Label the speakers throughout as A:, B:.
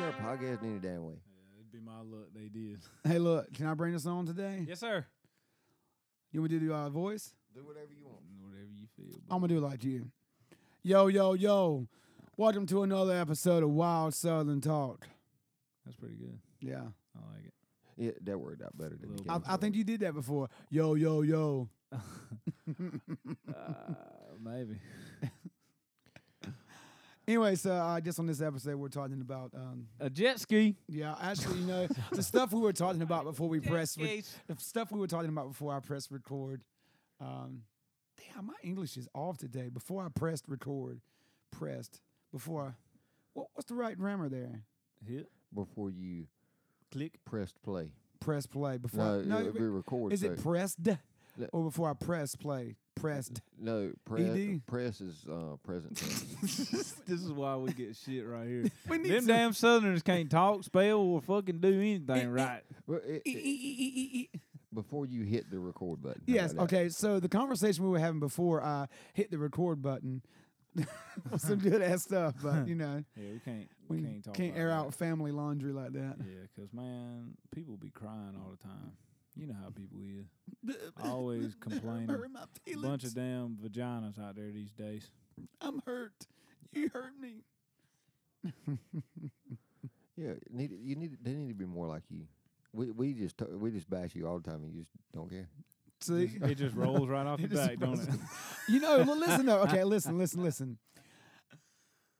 A: our podcast any damn way.
B: It'd be my luck. They did.
C: Hey, look, can I bring this on today?
B: yes, sir.
C: You want me to do the uh, voice?
A: Do whatever you want.
B: Whatever you feel.
C: I'm gonna do it like you. Yo, yo, yo! Welcome to another episode of Wild Southern Talk.
B: That's pretty good.
C: Yeah,
B: I like it.
A: Yeah, that worked out better than the
B: Little
A: game
C: I, I
A: show.
C: think you did that before. Yo, yo, yo!
B: Uh, maybe.
C: Anyway, so uh, just on this episode, we're talking about um,
B: A jet ski.
C: yeah, actually, you know, the stuff we were talking about before we pressed re- the stuff we were talking about before I pressed record. Um, damn, my English is off today. Before I pressed record, pressed before. I, what, what's the right grammar there?
B: Hit.
A: before you
B: Click.
A: pressed play.
C: Press play before. I-
A: No, no it, we record.
C: Is it
A: so-
C: pressed
A: Le-
C: or before I press play? Pressed.
A: no, press,
C: ED?
A: press is uh, present tense.
B: this is why we get shit right here.
C: We need
B: Them
C: some-
B: damn Southerners can't talk, spell, or fucking do anything right.
A: Well, it-
C: E
A: it- before you hit the record button. how
C: Yes.
A: about that?
C: Okay. So the conversation we were having before I hit the record button was some good ass stuff, but you know
B: Yeah, we can't. We,
C: we
B: can't talk.
C: can't,
B: about
C: air
B: that.
C: out family laundry like that.
B: Yeah, cause man, people be crying all the time. You know how people is. Always complaining.
C: Hurt my
B: A
C: feelings.
B: bunch of damn vaginas out there these days.
C: I'm hurt. You hurt me.
A: Yeah, it need, you need. They need to be more like you. We we just t- we just bash you all the time. and You just don't care.
C: See,
B: It just rolls right off your
C: It just
B: back, don't
C: rolls
B: it?
C: you know. li- Listen though. Okay. Listen. Listen. Listen.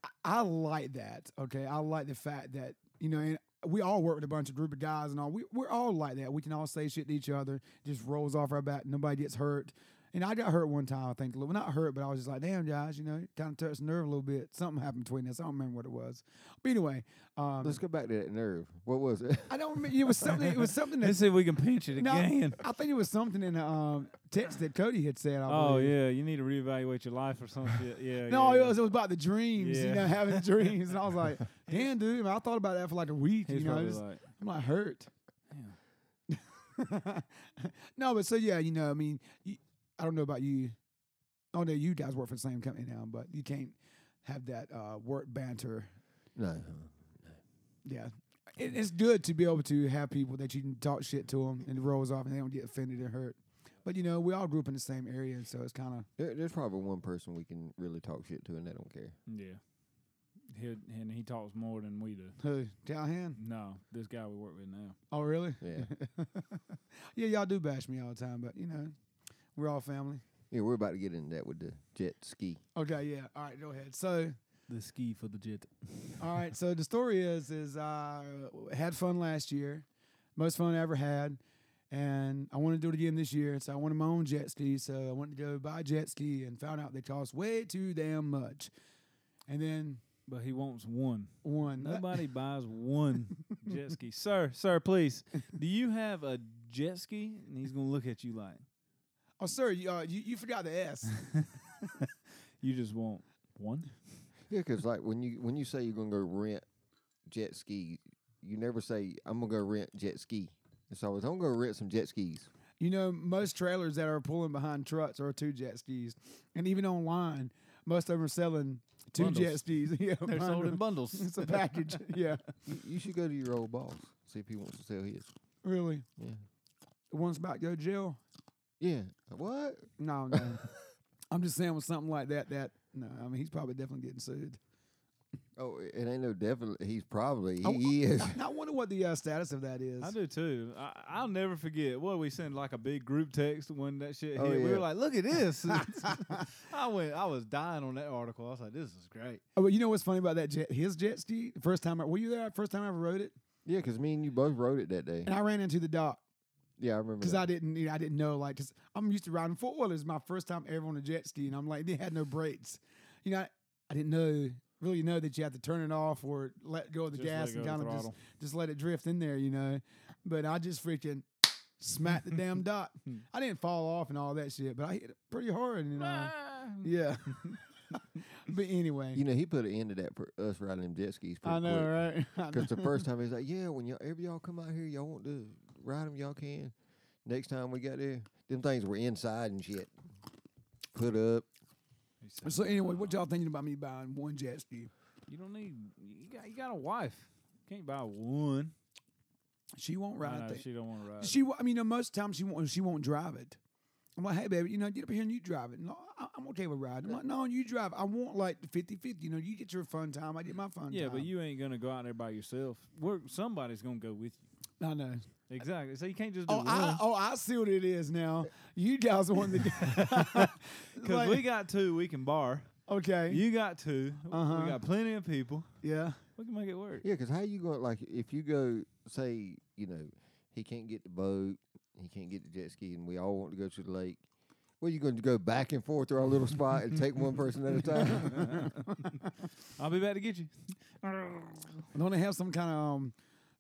C: I, I like that. Okay. I like the fact that you know, and we all work with a bunch of group of guys and all. We we're all like that. We can all say shit to each other. Just rolls off our back. Nobody gets hurt. And I got hurt one time. I think. Well, not hurt, but I was just like, damn, guys. You know, kind of touched the nerve a little bit. Something happened between us. I don't remember what it was. But anyway, um,
A: Let's go back to that nerve. What was it?
C: I don't remember. It was something. It was something that
B: Let's see if we can pinch it
C: No,
B: again.
C: I think it was something in the um, text that Cody had said. I
B: Oh
C: believe.
B: yeah, you need to reevaluate your life or some shit. Yeah.
C: No,
B: yeah,
C: it was, it was about the dreams, you
B: Yeah.
C: know, having dreams. And I was like, damn, dude, I thought about that for like a week,
B: He's
C: you know.
B: probably
C: just-
B: like,
C: I'm like, hurt.
B: Damn.
C: no, but so, yeah, you know, I mean, you, I don't know about you. I don't know, you guys work for the same company now, but you can't have that uh, work banter.
A: no. uh-huh.
C: Yeah. It, it's good to be able to have people that you can talk shit to them and it rolls off and they don't get offended or hurt. But, you know, we all grew up in the same area, and so it's kind of.
A: There, there's probably one person we can really talk shit to, and they don't care.
B: yeah. He and he talks more than we do.
C: Who? Callahan?
B: No, this guy we work with now.
C: Oh, really?
A: Yeah,
C: Yeah, y'all do bash me all the time, but you know, we're all family.
A: yeah. We're about to get into that with the jet ski.
C: Okay, yeah. All right, go ahead. So,
B: The ski for the jet.
C: all right. So the story is, is I uh, had fun last year, most fun I ever had, and I want to do it again this year. So I wanted my own jet ski. So I went to go buy a jet ski and found out they cost way too damn much. And then
B: But he wants one.
C: one. uh,
B: Nobody buys one jet ski. Sir, sir, please. Do you have a jet ski? And he's gonna look at you like
C: Oh, sir, you, uh, you you forgot the S.
B: you just want one.
A: Yeah, 'cause like when you when you say you're gonna go rent jet ski, you never say I'm gonna go rent jet ski. It's always I'm gonna rent some jet skis.
C: You know, most trailers that are pulling behind trucks are two jet skis, and even online, most of them are selling two
B: Bundles.
C: jet skis. Yeah, bundle.
B: bundles.
C: it's a package. yeah,
A: You, you should go to your old boss see if he wants to sell his.
C: really.
A: Yeah.
C: The one's about to go to jail.
A: Yeah. What?
C: No, no. I'm just saying with something like that. That no, I mean he's probably definitely getting sued.
A: Oh, it ain't no definitely. He's probably
C: I-
A: he is.
C: And I wonder what the uh, status of that is.
B: I do too. I, I'll never forget. What we send like a big group text when that shit hit.
A: Oh,
B: We were
A: yeah.
B: like, "Look at this!" I went. I was dying on that article. I was like, "This is great."
C: Oh, but you know what's funny about that jet? His jet ski. the First time I, were you there? First time I ever rode it,
A: Yeah, 'cause me and you both rode it that day.
C: and I ran into the dock.
A: Yeah, I remember.
C: Cause
A: that.
C: I didn't, you know, I didn't know, like, cause I'm used to riding four wheelers. My first time ever on a jet ski, and I'm like, they had no brakes. You know, I, I didn't know, really know that you had to turn it off or let go of the
B: Just
C: gas
B: let
C: and
B: go of
C: kind
B: the
C: of just,
B: throttle.
C: just let it drift in there, you know. But I just freaking smacked the damn dot.
B: Hmm.
C: I didn't fall off and all that shit, but I hit it pretty hard, and uh, yeah. but anyway,
A: you know, he put an end to that for us riding them jet skis.
C: I know, right? I know.
A: Because the first time he's like, "Yeah, when y'all ever y'all come out here, y'all want to ride them, y'all can." Next time we got there, them things were inside and shit. Put up.
B: He said,
C: So anyway, what y'all thinking about me buying one jet ski?
B: You don't need. You got. You got a wife. Can't buy one.
C: She won't
B: Right.
C: ride it.
B: she don't want to ride. it.
C: She, wa- I mean, you know, most times she won't. She won't drive it. I'm like, hey, baby, you know, get up here and you drive it. No, I, I'm okay with riding. I'm like, no, you drive. I want like 50-50. You know, you get your fun time. I get my fun
B: yeah,
C: time.
B: but you ain't gonna go out there by yourself. We're, somebody's gonna go with you.
C: I know.
B: Exactly. So you can't just do
C: Oh,
B: one.
C: I, oh, I see what it is now. You guys want the
B: Because we got two, we can bar.
C: okay,
B: You got 2
C: Uh-huh.
B: We got plenty of people.
C: yeah.
B: We can make it work.
A: Yeah, because how you going? Like, if you go, say, you know, he can't get the boat, he can't get the jet ski, and we all want to go to the lake. Well, you going to go back and forth to our little spot and take one person at a time?
B: I'll be back to get you.
C: Don't they have some kind of um,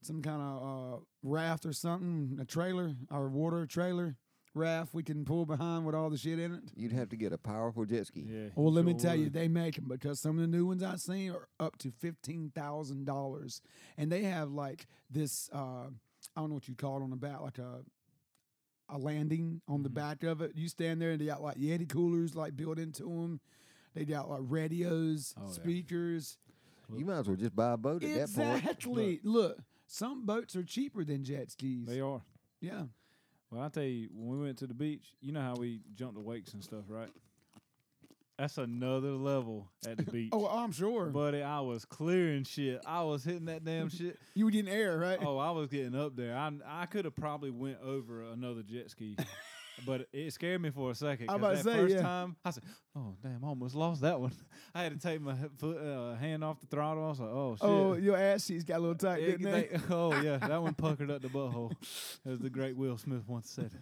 C: some kind of uh, raft or something? A trailer or water trailer raft we can pull behind with all the shit in it.
A: You'd have to get a powerful jet ski.
B: Yeah.
C: Well, let me
B: sure
C: tell you,
B: would.
C: they make them because some of the new ones I've seen are up to fifteen thousand dollars, and they have like this. Uh, I don't know what you call it on the back, like a a landing on the
B: Mhm.
C: back of it. You stand there, and they got like Yeti coolers like built into them. They got like radios,
B: Oh, yeah.
C: speakers.
A: You might as well just buy a boat at that point.
C: Exactly. Look, some boats are cheaper than jet skis.
B: They are.
C: Yeah.
B: Well, I tell you, when we went to the beach, you know how we jumped the wakes and stuff, right? That's another level at the beach.
C: Oh, I'm sure.
B: Buddy, I was clearing shit. I was hitting that damn shit.
C: you were getting air, right?
B: Oh, I was getting up there. I I could have probably went over another jet ski, but it scared me for a second.
C: I
B: 'cause
C: about to
B: that
C: say,
B: first
C: yeah.
B: time, I said, "Oh damn, I almost lost that one." I had to take my he- foot, uh, hand off the throttle. I was like, "Oh shit."
C: Oh, your ass sheets got a little tight,
B: It-
C: didn't they?
B: they- oh yeah, that one puckered up the butthole, as the great Will Smith once said.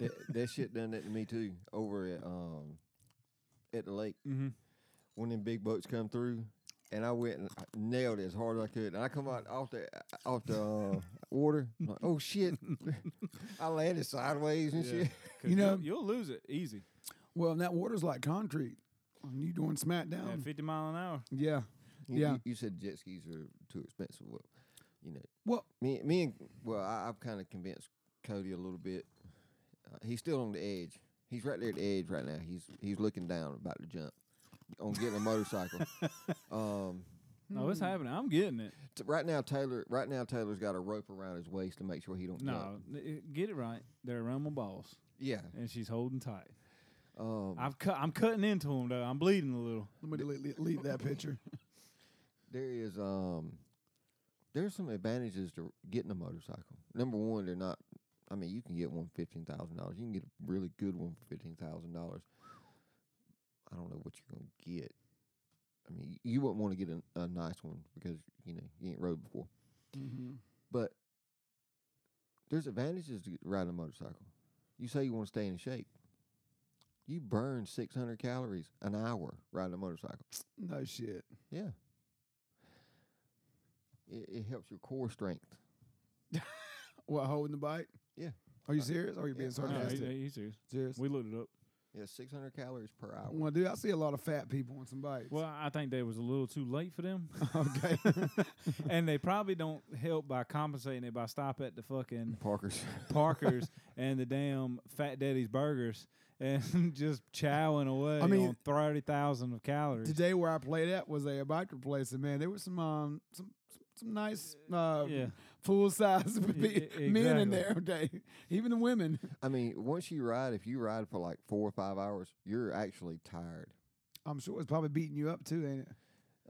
A: That, that shit done that to me too over at um at the lake.
B: Mm-hmm.
A: When them big boats come through, and I went and I nailed it as hard as I could, and I come out off the off the uh, water. I'm like, oh shit! I landed sideways and shit.
C: You know-
B: you'll, you'll lose it easy
C: Well, and that water's like concrete. And you doing
B: at
C: SmackDown?
B: fifty mile an hour.
C: Yeah.
A: You,
C: Yeah.
A: You, you said jet skis are too expensive. Well, you know,
C: Well,
A: me, me and well, I, I've kind of convinced Cody a little bit. Uh, he's still on the edge. He's right there at the edge right now. He's he's looking down, about to jump on getting a motorcycle. um,
B: No,
C: Mm-hmm.
B: it's happening. I'm getting it.
A: t- right now, Taylor. Right now, Taylor's got a rope around his waist to make sure he don't jump.
B: No, it- get it right. They're rumble balls,
A: Yeah.
B: and she's holding tight.
A: Um,
C: Mm-hmm.
B: I've cut. I'm cutting into him though. I'm bleeding a little.
C: let me delete, delete, delete that picture.
A: there is um there's some advantages to getting a motorcycle. Number one, they're not. I mean, you can get one for fifteen thousand dollars. You can get a really good one for fifteen thousand dollars. I don't know what you're gonna get. I mean, you wouldn't want to get a, a nice one because you know you ain't rode before.
B: Mm-hmm.
A: But there's advantages to riding a motorcycle. You say you want to stay in shape. You burn six hundred calories an hour riding a motorcycle.
C: No shit.
A: Yeah. It, it helps your core strength.
C: What holding the bike?
A: Yeah.
C: Are you serious? Are you being
A: Yeah, I-
B: No,
C: sarcastic?
B: he- he's serious.
C: serious.
B: We looked it up.
A: Yeah, 600 calories per hour.
C: Well, dude, I see a lot of fat people on some bikes.
B: Well, I think they was a little too late for them,
C: okay.
B: and they probably don't help by compensating it by stop at the fucking
A: Parker's.
B: Parkers and the damn Fat Daddy's Burgers and just chowing away
C: I mean-
B: on thirty thousand of calories.
C: Today where I played at was a bike replacement. Man, there was some um some some nice uh,
B: yeah,
C: full size men
B: e-
C: in
B: exactly.
C: there. Okay, even the women.
A: I mean, once you ride, if you ride for like four or five hours, you're actually tired.
C: I'm sure it's probably beating you up too, ain't it?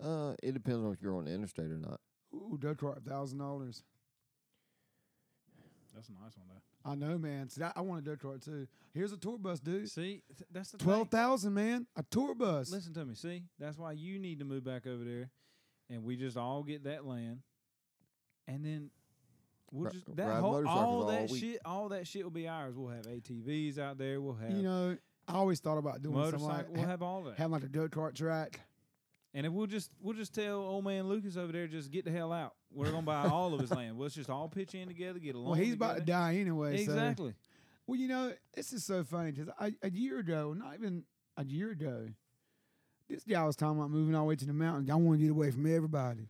A: Uh, it depends on if you're on the interstate or not.
C: Ooh, duck a thousand dollars.
B: that's a nice one though.
C: I know, man. See, I, I want a duck cart too. Here's a tour bus, dude.
B: See, th- that's the
C: Twelve
B: twelve.
C: thousand, man. A tour bus.
B: Listen to me. See, that's why you need to move back over there, and we just all get that land, and then we'll
A: Ri-
B: just that
A: ride
B: whole,
A: motorcycles
B: all
A: all
B: that
A: week.
B: shit, all that shit will be ours. We'll have ATVs out there. We'll have
C: you know, I always thought about doing something
B: motorcycle.
C: like
B: we'll
C: ha-
B: have all that,
C: having like a go kart track.
B: and if we'll just we'll just tell old man Lucas over there just get the hell out. We're gonna buy all of his land. Let's just all pitch in together, get along.
C: Well, he's about to
B: together.
C: die anyway. So.
B: Exactly.
C: Well, you know, this is so funny because a year ago, not even a year ago, this guy was talking about moving all the way to the mountains. I want to get away from everybody.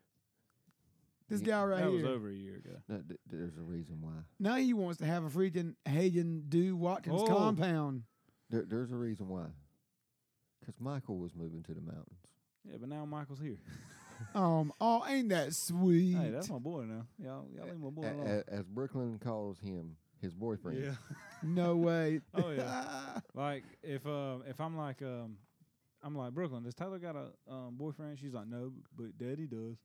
C: This
A: Yeah,
C: guy right
B: that
C: here.
B: was over a year ago.
A: No, th- there's a reason why.
C: Now he wants to have a freaking Hagen Do Watkins
B: Oh.
C: compound.
A: There, there's a reason why. Because Michael was moving to the mountains.
B: Yeah, but now Michael's here.
C: um, oh, ain't that sweet?
B: Hey, that's my boy now. Y'all, y'all leave my boy
A: A-
B: alone.
A: a- as Brooklyn calls him his boyfriend.
B: Yeah.
C: no way.
B: Oh, yeah. Like if um if I'm like um I'm like Brooklyn, does Tyler got a um, boyfriend? She's like, no, but Daddy does.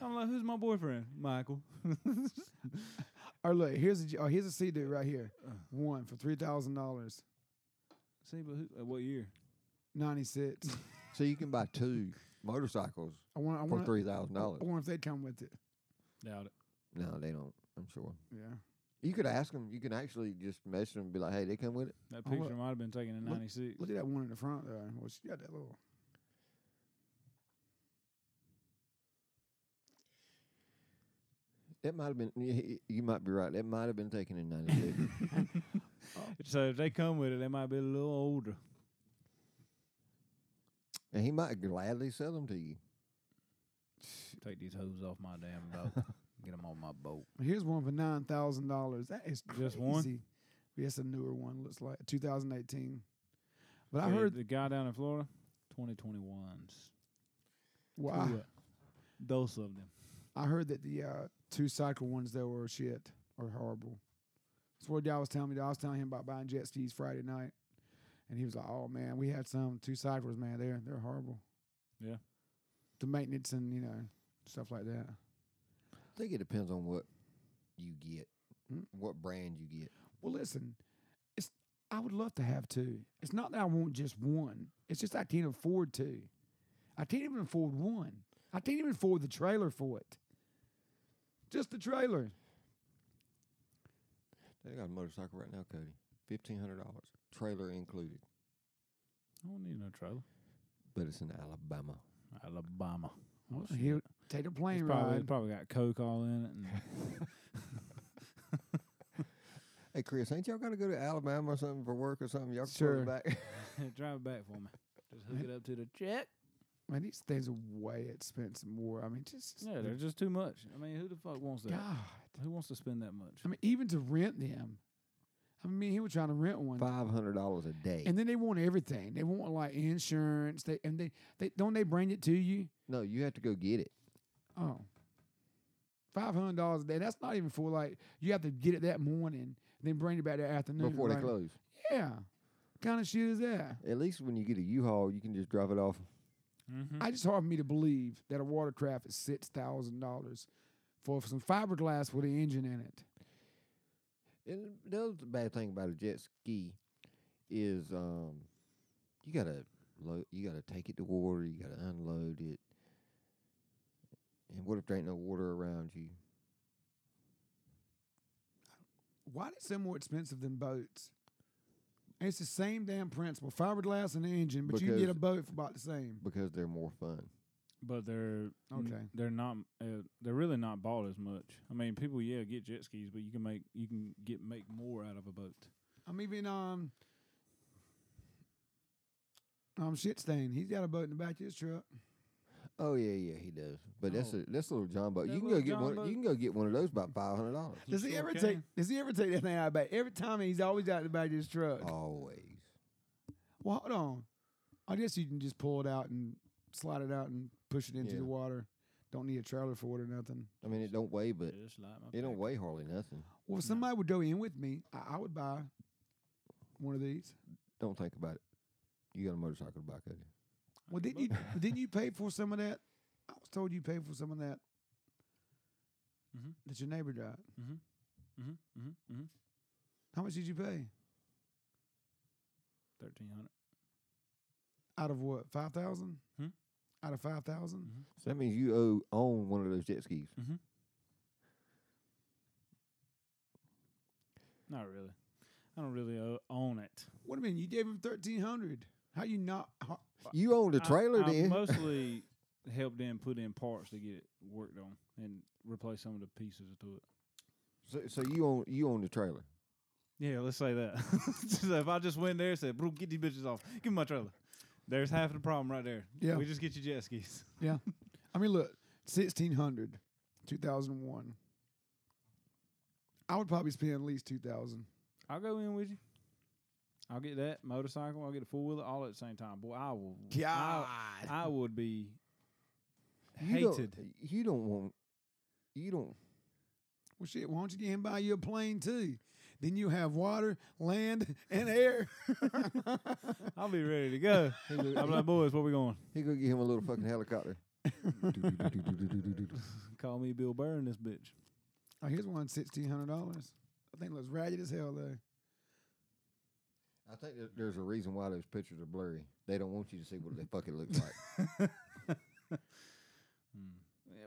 B: I'm like, who's my boyfriend? Michael.
C: Or look, here's a j- oh, here's a CD right here.
B: Uh.
C: One for three thousand dollars,
B: See, but who, uh, what year?
C: ninety six.
A: So you can buy two motorcycles
C: I want. I
A: for
C: want.
A: three thousand
C: I
A: dollars.
C: wonder if they come with it.
B: Doubt it.
A: No, they don't. I'm sure.
C: Yeah.
A: You could ask them. You can actually just message them and be like, "Hey, they come with it."
B: That
C: Oh, look-
B: picture might have been taken in
C: look-
B: '96.
C: Look at that one in the front there. Well, she got that little.
A: That might have been. y- y- You might be right. That might have been taken in '96.
B: So if they come with it, they might be a little older.
A: and he might gladly sell them to you.
B: Take these hoes off my damn boat. Get them on my boat.
C: Here's one for nine thousand dollars. That is crazy.
B: Just one?
C: Yes, a newer one. Looks like 2018. But I
B: Hey,
C: heard.
B: the guy down in Florida, 2021s.
C: Well, I,
B: Those of them.
C: I heard that the uh, two cycle ones though were shit or horrible. That's what y'all was telling me. I was telling him about buying jet skis Friday night, and he was like, "Oh man, we had some two cycles, man. They're they're horrible.
B: Yeah.
C: the maintenance and you know stuff like that.
A: I think it depends on what you get,
C: Mm.
A: what brand you get.
C: Well, listen, it's I would love to have two. It's not that I want just one. It's just I can't afford two. I can't even afford one. I can't even afford the trailer for it. Just the trailer.
A: They got a motorcycle right now, Cody. Fifteen hundred dollars, trailer included,
B: I don't need no trailer.
A: but it's in Alabama.
B: Alabama. Oh,
C: Well,
B: shit.
C: he'll take a plane
B: It's
C: ride.
B: probably, it's probably got coke all in it. And
A: Hey, Chris, ain't y'all got to go to Alabama or something for work or something? Y'all can sure.
C: Sure.
A: back.
B: Drive it back for me. Just hook it up to the check.
C: Man, these things are way expensive. More. I mean, just
B: Yeah, they're just too much. I mean, who the fuck wants that?
C: God.
B: Who wants to spend that much?
C: I mean, even to rent them. I mean, me and he were trying to rent one,
A: Five hundred dollars a day.
C: and then they want everything. They want like insurance. They and they they don't they bring it to you.
A: no, you have to go get it.
C: Oh. Five hundred dollars a day. That's not even for like you have to get it that morning, then bring it back that afternoon.
A: Before
C: right?
A: they close.
C: Yeah. kind of shit is that?
A: At least when you get a U-Haul, you can just drop it off.
B: Mm-hmm.
C: I just hard for me to believe that a watercraft is six thousand dollars for some fiberglass with an engine in it.
A: And the other bad thing about a jet ski is um, you gotta load, you gotta take it to water, you gotta unload it. And what if there ain't no water around you?
C: Why is it more expensive than boats? It's the same damn principle: fiberglass and an engine, but you can get a
A: Because-
C: boat for about the same.
A: Because they're more fun.
B: But they're
C: Okay.
B: They're not. Uh, they're really not bought as much. I mean, people yeah get jet skis, but you can make you can get make more out of a boat.
C: I'm even um um shit stain. He's got a boat in the back of his truck.
A: Oh yeah, yeah, he does. But that's
B: Oh.
A: a that's a little John boat.
B: That
A: You can go
B: little
A: get
B: John
A: one.
B: boat?
A: You can go get one of those about five hundred dollars.
B: You
C: Does he
B: sure
C: ever
B: can.
C: take? Does he ever take that thing out of the back? Every time he's always out the back of his truck.
A: Oh. Always.
C: Well, hold on. I guess you can just pull it out and slide it out and push it into
A: Yeah.
C: the water. Don't need a trailer for it or nothing.
A: I mean, it don't weigh, but
B: Just like my
A: it don't
B: pack.
A: weigh hardly nothing.
C: Well, if
B: No.
C: somebody would go in with me, I, I would buy one of these.
A: Don't think about it. You got a motorcycle to buy, could you?
C: Well, didn't you didn't you pay for some of that? I was told you paid for some of that.
B: Mhm.
C: That your neighbor got.
B: Mhm, mhm, mhm.
C: How much did you pay?
B: Thirteen hundred.
C: Out of what? Five thousand?
B: Hmm?
C: Out of five thousand?
B: Mm-hmm.
A: So that means you owe own one of those jet skis.
B: Not really. I don't really o- own it.
C: What do you mean? You gave him thirteen hundred. How you not? How,
A: You own the
B: I-
A: trailer,
B: I,
A: then.
B: mostly helped them put in parts to get it worked on and replace some of the pieces to it.
A: so, so you own you own the trailer.
B: Yeah, let's say that. so if I just went there and said, Bro, get these bitches off. Give me my trailer. There's half of the problem right there.
C: Yeah.
B: We just get your jet skis.
C: Yeah. I mean, look, 1600, 2001. I would probably spend at least 2000.
B: I'll go in with you. I'll get that motorcycle. I'll get a four wheeler all at the same time. Boy, I will. I, I would be
A: you don't-
B: hated.
A: You don't want. You don't.
C: Well, shit, why don't you get him buy you a plane too? Then you have water, land, and air.
B: I'll be ready to go.
A: He go,
B: I'm like, boys, where we going?
A: he go get him a little fucking helicopter.
B: Call me Bill Burr in this bitch.
C: oh, here's one sixteen hundred dollars. I think it looks ragged as hell though.
A: I think that there's a reason why those pictures are blurry. They don't want you to see what they fucking look like.
B: Yeah,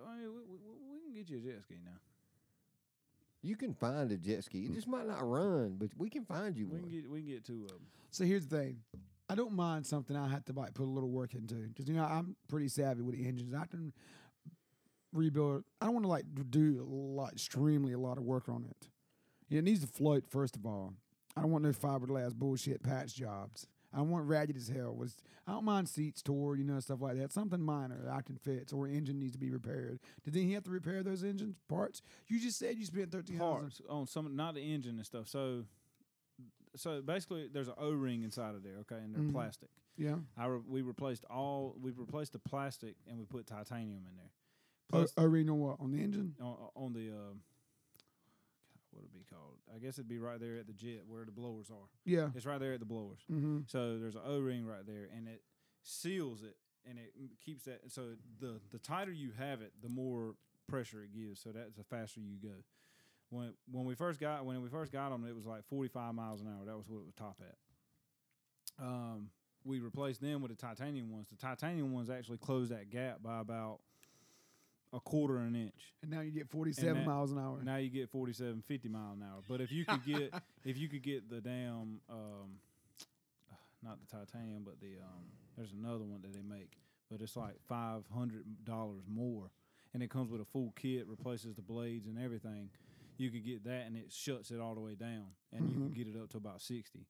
B: well, I mean, we, we, we- we can get you a jet ski now.
A: You can find a jet ski. It just might not run, but we can find you
B: We can
A: one.
B: get we can get two of them.
C: So here's the thing. I don't mind something I had to like put a little work into because you know I'm pretty savvy with engines. I can rebuild. I don't want to like d- do a lot, extremely a lot of work on it. You know, It needs to float first of all. I don't want no fiberglass bullshit patch jobs. I don't want ragged as hell. Was I don't mind seats tore, you know, stuff like that. Something minor that I can fix, or engine needs to be repaired. Did then he have to repair those engines parts? You just said you spent thirteen
B: Parts on some, not the engine and stuff. So, so basically, there's an O-ring inside of there. Okay, and they're
C: Mhm.
B: plastic.
C: Yeah,
B: I re- we replaced all we replaced the plastic and we put titanium in there.
C: o-
B: Plus,
C: O-ring on what on the engine?
B: on, on the um, what would it be called? I guess it'd be right there at the jet where the blowers are.
C: Yeah.
B: It's right there at the blowers.
C: Mm-hmm.
B: So there's an O ring right there, and it seals it, and it m- keeps that. So the the tighter you have it, the more pressure it gives. So that's the faster you go. When when we first got when we first got them, it was like 45 miles an hour. That was what it was top at. Um, we replaced them with the titanium ones. The titanium ones actually closed that gap by about a quarter of an inch.
C: And now you get 47
B: that-
C: miles an hour.
B: Now you get 47, 50 mile an hour. But if you could get if you could get the damn um, not the titanium, but the um, there's another one that they make, but it's like five hundred dollars more, and it comes with a full kit, replaces the blades and everything. You could get that, and it shuts it all the way down, and you can get it up to about sixty.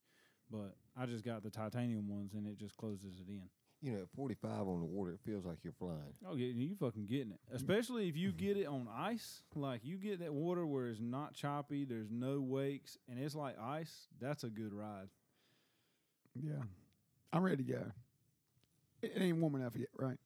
B: But I just got the titanium ones, and it just closes it in.
A: You know, at 45 on the water, it feels like you're flying.
B: Oh yeah, you fucking getting it.
C: Mm-hmm.
B: Especially if you get it on ice, like you get that water where it's not choppy, there's no wakes, and it's like ice. That's a good ride.
C: yeah. I'm ready to go. It it ain't warm enough yet, right?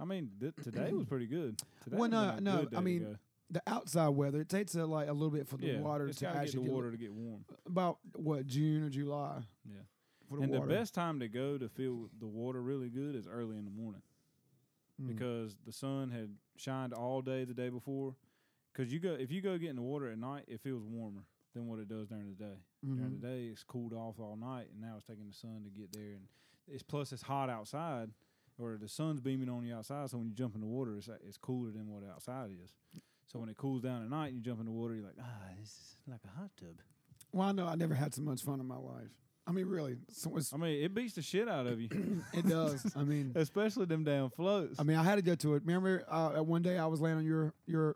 B: I mean, th- today was pretty good. Today
C: Mm-hmm. Well,
B: would've
C: no,
B: been a
C: no,
B: good
C: I
B: day to
C: mean,
B: go.
C: The outside weather, it takes a, like a little bit for the
B: yeah,
C: water
B: it's
C: to
B: gotta
C: actually
B: get the
C: get-
B: water to get warm.
C: about what June or July
B: Yeah,
C: for the
B: and
C: water.
B: the best time to go to feel the water really good is early in the morning
C: Mm.
B: because the sun had shined all day the day before. Because you go if you go get in the water at night, it feels warmer than what it does during the day. during
C: Mhm.
B: the day. It's cooled off all night, and now it's taking the sun to get there. And it's plus it's hot outside, or the sun's beaming on you outside. So when you jump in the water, it's like- it's cooler than what outside is. So when it cools down at night, and you jump in the water, you're like, ah, this is like a hot tub.
C: Well, I know I never had so much fun in my life. I mean, really, so it's,
B: I mean, it beats the shit out of you,
C: it does. I mean,
B: especially them damn floats.
C: I mean, I had to go to it. Remember, uh, one day I was laying on your your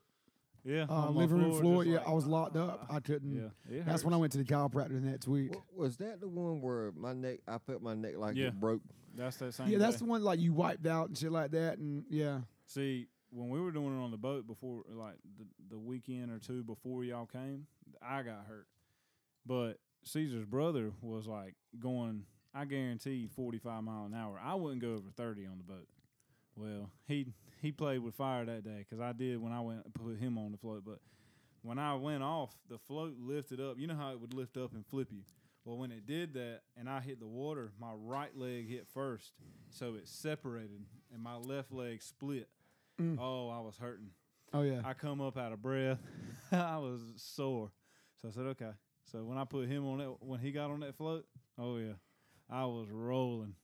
B: yeah,
C: uh,
B: on my
C: living room
B: just
C: floor. Yeah,
B: like,
C: I was locked up.
B: ah.
C: I couldn't.
B: yeah, it
C: That's when I
B: hurts.
C: went to the chiropractor the next week.
A: Wa- was that the one where my neck? I felt my neck like
B: Yeah.
A: it broke.
B: That's that same.
C: yeah, that's
B: day.
C: the one like you wiped out and shit like that. And yeah,
B: See, when we were doing it on the boat before, like the, the weekend or two before y'all came, I got hurt. But Caesar's brother was like going, I guarantee, 45 mile an hour. I wouldn't go over 30 on the boat. Well, he he played with fire that day because I did when I went and put him on the float. But when I went off, the float lifted up. You know how it would lift up and flip you. Well, when it did that and I hit the water, my right leg hit first, so it separated and my left leg split. Oh, I was hurting.
C: oh yeah.
B: I come up out of breath. I was sore. So I said, okay. So when I put him on that, when he got on that float, oh yeah, I was rolling.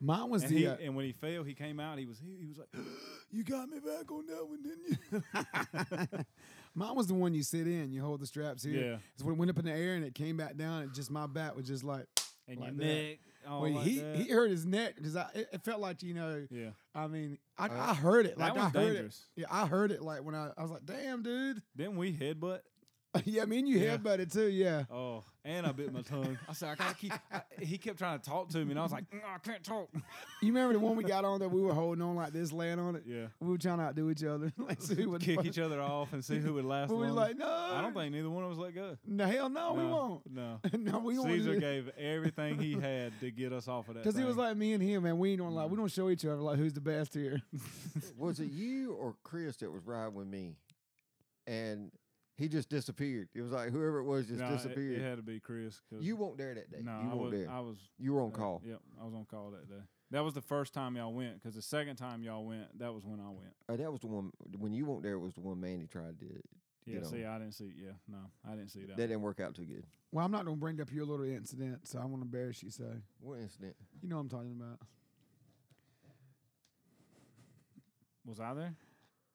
C: Mine was
B: And,
C: the
B: he,
C: uh,
B: and when he fell, he came out. He was he, he was like, you got me back on that one, didn't you?
C: Mine was the one you sit in, you hold the straps here.
B: Yeah.
C: It's when it went up in the air and it came back down, and just my back was just like.
B: And
C: Like
B: your
C: that.
B: neck. All
C: Well,
B: Oh, like
C: he,
B: that.
C: he hurt his neck because I it, it felt like you know.
B: yeah.
C: I mean, I,
A: Uh,
C: I heard
B: that
C: it like I
B: was
C: heard
B: dangerous.
C: it. Yeah, I heard it like when I I was like, damn, dude.
B: Didn't we headbutt?
C: yeah, me and you
B: Yeah.
C: headbutted too. Yeah.
B: Oh, and I bit my tongue. I said, I gotta keep. I, he kept trying to talk to me, and I was like, "Mm, I can't talk.
C: You remember the one we got on that we were holding on like this, laying on it?
B: Yeah,
C: We were trying to outdo each other. like, see who would
B: kick each other off and see who would last.
C: We were
B: longer.
C: like, no.
B: I don't think neither one of us let go.
C: No, hell no, we
B: No,
C: won't.
B: No,
C: no, we won't.
B: Caesar
C: do-
B: gave everything he had to get us off of that.
C: Cause he was
B: thing.
C: like me and him, man. We ain't gonna
A: mm.
C: like we don't show each other like who's the best here.
A: was it you or Chris that was riding with me? And he just disappeared. It was like whoever it was just
B: Nah, it-
A: disappeared.
B: It, had to be Chris. 'cause-
A: you weren't there that day.
B: No,
A: you
B: I
A: weren't
B: was.
A: there.
B: I was
A: you were on
B: uh,
A: call.
B: Yep, I was on call that day. That was the first time y'all went. Cause the second time y'all went, that was when I went.
A: Uh, that was the one when you weren't there. It was the one Mandy tried to.
B: Yeah.
A: Get on.
B: see, I didn't see. Yeah. No, I didn't see that.
A: That didn't work out too good.
C: Well, I'm not gonna bring up your little incident, so I want to embarrass you. So
A: What incident?
C: you know what I'm talking about.
B: was I there?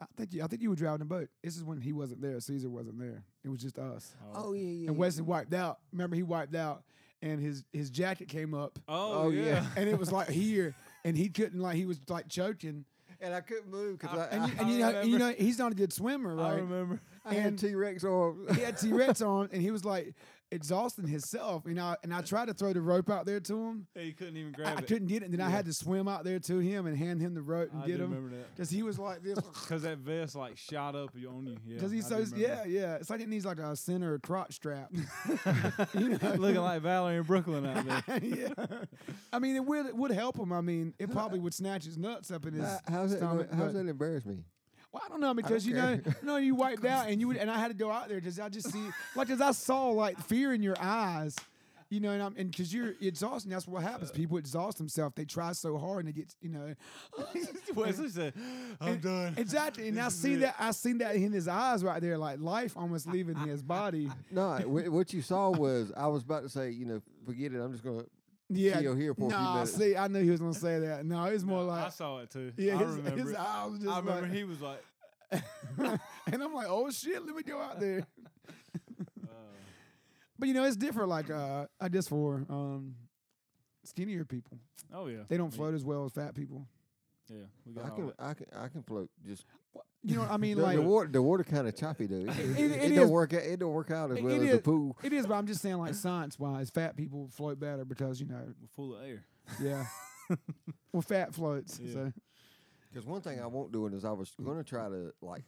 C: I think you, I think you were driving the boat. This is when he wasn't there. Caesar wasn't there. It was just us.
A: Oh yeah, yeah.
C: And Wesley wiped out. Remember, he wiped out, and his his jacket came up,
B: Oh,
A: Oh,
B: yeah.
A: yeah.
C: and it was like here, and he couldn't like he was like choking.
A: and I couldn't move because
B: I-
A: I,
C: And you,
A: I-
C: and you know, and you know,
B: remember.
C: he's not a good swimmer,
B: I
C: right?
B: remember.
A: Oh, I had
C: and-
A: T Rex arms.
C: he had T Rex on, and he was like exhausting himself. And I and I tried to throw the rope out there to him.
B: Yeah, you couldn't even
C: I,
B: grab
C: I
B: it.
C: couldn't get it, and then I had to swim out there to him and hand him the rope and
B: I
C: get
B: do
C: him
B: remember that.
C: because he was like this.
B: Because that vest like shot up on you. Yeah,
C: Because he's
B: I
C: so
B: do remember
C: yeah yeah. It's like it needs like a center crotch strap.
B: that.
C: You know?
B: Looking like Valerie in Brooklyn out there.
C: yeah. I mean, it would it would help him. I mean, it probably
B: uh,
C: would snatch his nuts up in his.
A: Uh, how's that?
C: stomach,
A: how's
C: but-
A: that embarrass me?
C: Well, I don't know because you know,
A: don't
C: no, you wiped out, and you would, and I had to go out there because I just see, like, because I saw like fear in your eyes, you know, and I'm, and because you're exhausted. That's what happens.
B: Uh,
C: People exhaust themselves. They try so hard, and they get, you know,
B: Wesley said, "I'm done."
C: exactly. And I
B: This is
C: see
B: it.
C: that. I seen that in his eyes right there, like life almost leaving his body.
A: No, wh- what you saw was I was about to say, you know, forget it. I'm just gonna.
C: Yeah,
A: You'll hear E for a few
C: nah,
A: minutes.
C: see, I knew he was gonna say that. No, it's more
B: I
C: like.
B: saw it too.
C: Yeah,
B: I
C: his,
B: remember.
C: his
B: it.
C: eyes was just
B: I remember
C: like-
B: he was like,
C: and I'm like, oh shit, let me go out there.
B: uh,
C: But you know, it's different. Like uh, I guess for um, skinnier people,
B: "Oh yeah."
C: they don't
B: We-
C: float as well as fat people.
B: Yeah, we
A: I
B: got all
A: can,
B: that.
A: I can, I can float. Just
C: You know what I mean?
A: the,
C: Like
A: the water, the water kind of choppy though. It, it-
C: it-
A: it
C: it
A: don't
C: is-
A: work. Out, it don't work out as
C: it-
A: well
C: it
A: as
C: is-
A: the pool.
C: it is, but I'm just saying, like science wise, fat people float better because you know,
B: We're full of air.
C: yeah. well, fat floats.
B: Yeah.
C: So
A: Because one thing I won't do it is I was
C: Mm.
A: gonna try to like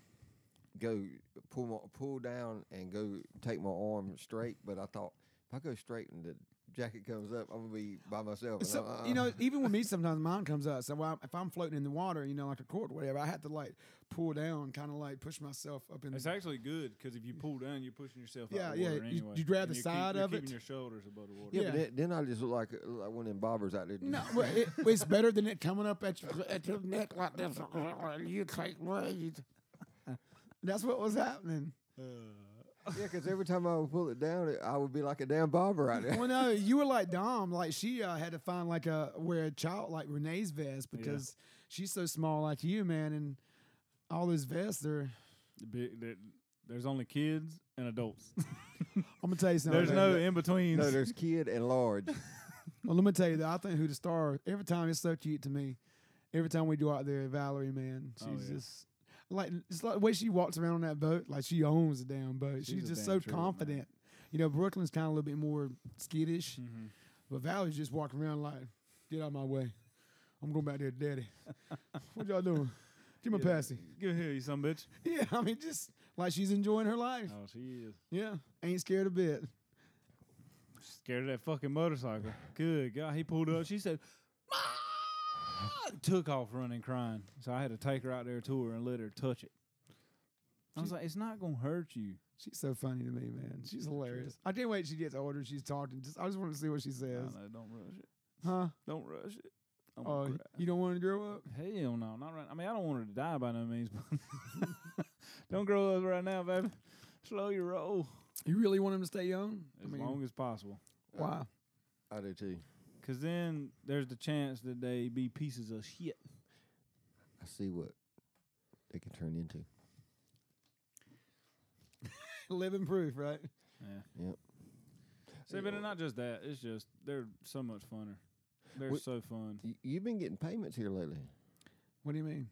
A: go pull my pull down and go take my arm straight, but I thought if I go straight and the jacket comes up, I'm gonna be by myself. and
C: So
A: uh-uh.
C: you know, even with me, sometimes mine comes up. So while- if I'm floating in the water, you know, like a cord, or whatever, I have to like pull down, kind of like push myself up in.
B: It's
C: the
B: actually good because if you pull down, you're pushing yourself
C: Yeah,
B: out of
C: yeah,
B: water
C: you-
B: anyway.
C: you grab
B: and
C: the
B: you're
C: side
B: you're
C: of
B: keeping
C: it.
B: your shoulders above the water.
A: yeah, But
C: yeah.
A: then, then I just look like like one of them bobbers out there.
C: No, well, it, it's better than it coming up at your, at your neck like this. You take weight. That's what was happening.
A: yeah, because every time I would pull it down, it, I would be like a damn bobber out there.
C: Well, no, you were like Dom. Like she uh, had to find like a wear a child like Renee's vest because she's so small like you, man, and all those vests are.
B: The big- there- there's only kids and adults.
C: I'm gonna tell you something.
B: there's
A: no, no.
B: no, in betweens.
A: no, there's kid and large.
C: Well, let me tell you though. I think who the star every time it's so cute to me. Every time we go out there, Valerie, man, she's
B: Oh, yeah.
C: just like it's like the way she walks around on that boat. Like she owns the damn boat. She's,
B: She's a
C: just
B: damn
C: so
B: trip, man.
C: confident. You know, Brooklyn's kind of a little bit more skittish,
B: Mhm.
C: but Valerie's just walking around like, "Get out of my way! I'm going back there, to Daddy. what y'all doing? Give me a
B: Yeah.
C: passy."
B: Give here, you some bitch.
C: Yeah, I mean, just like she's enjoying her life.
B: Oh, she is
C: Yeah, ain't scared a bit.
B: scared of that fucking motorcycle. Good God, he pulled up. She said, "Ma!" took off running, crying. So I had to take her out there to her and let her touch it. I was like, "It's not gonna hurt you."
C: She's so funny to me, man. She's hilarious. I can't wait. She gets older. She's talking. Just I just want to see what she
B: I
C: says.
B: know, don't rush it.
C: Huh?
B: Don't rush it. I'm
C: Oh,
B: gonna cry.
C: you don't want to grow up?
B: Hell no, not right. I mean, I don't want her to die by no means, but don't grow up right now, baby. Slow your roll
C: You really want him to stay young?
B: as long as possible,
C: Why?
A: I do too.
B: because then there's the chance that they be pieces of shit.
A: I see what they can turn into.
C: Living proof, right?
B: Yeah.
A: Yep.
B: See, but it's not just that. It's just they're so much funner. They're
A: We-
B: so fun.
A: You, you've been getting payments here lately
C: What do you mean?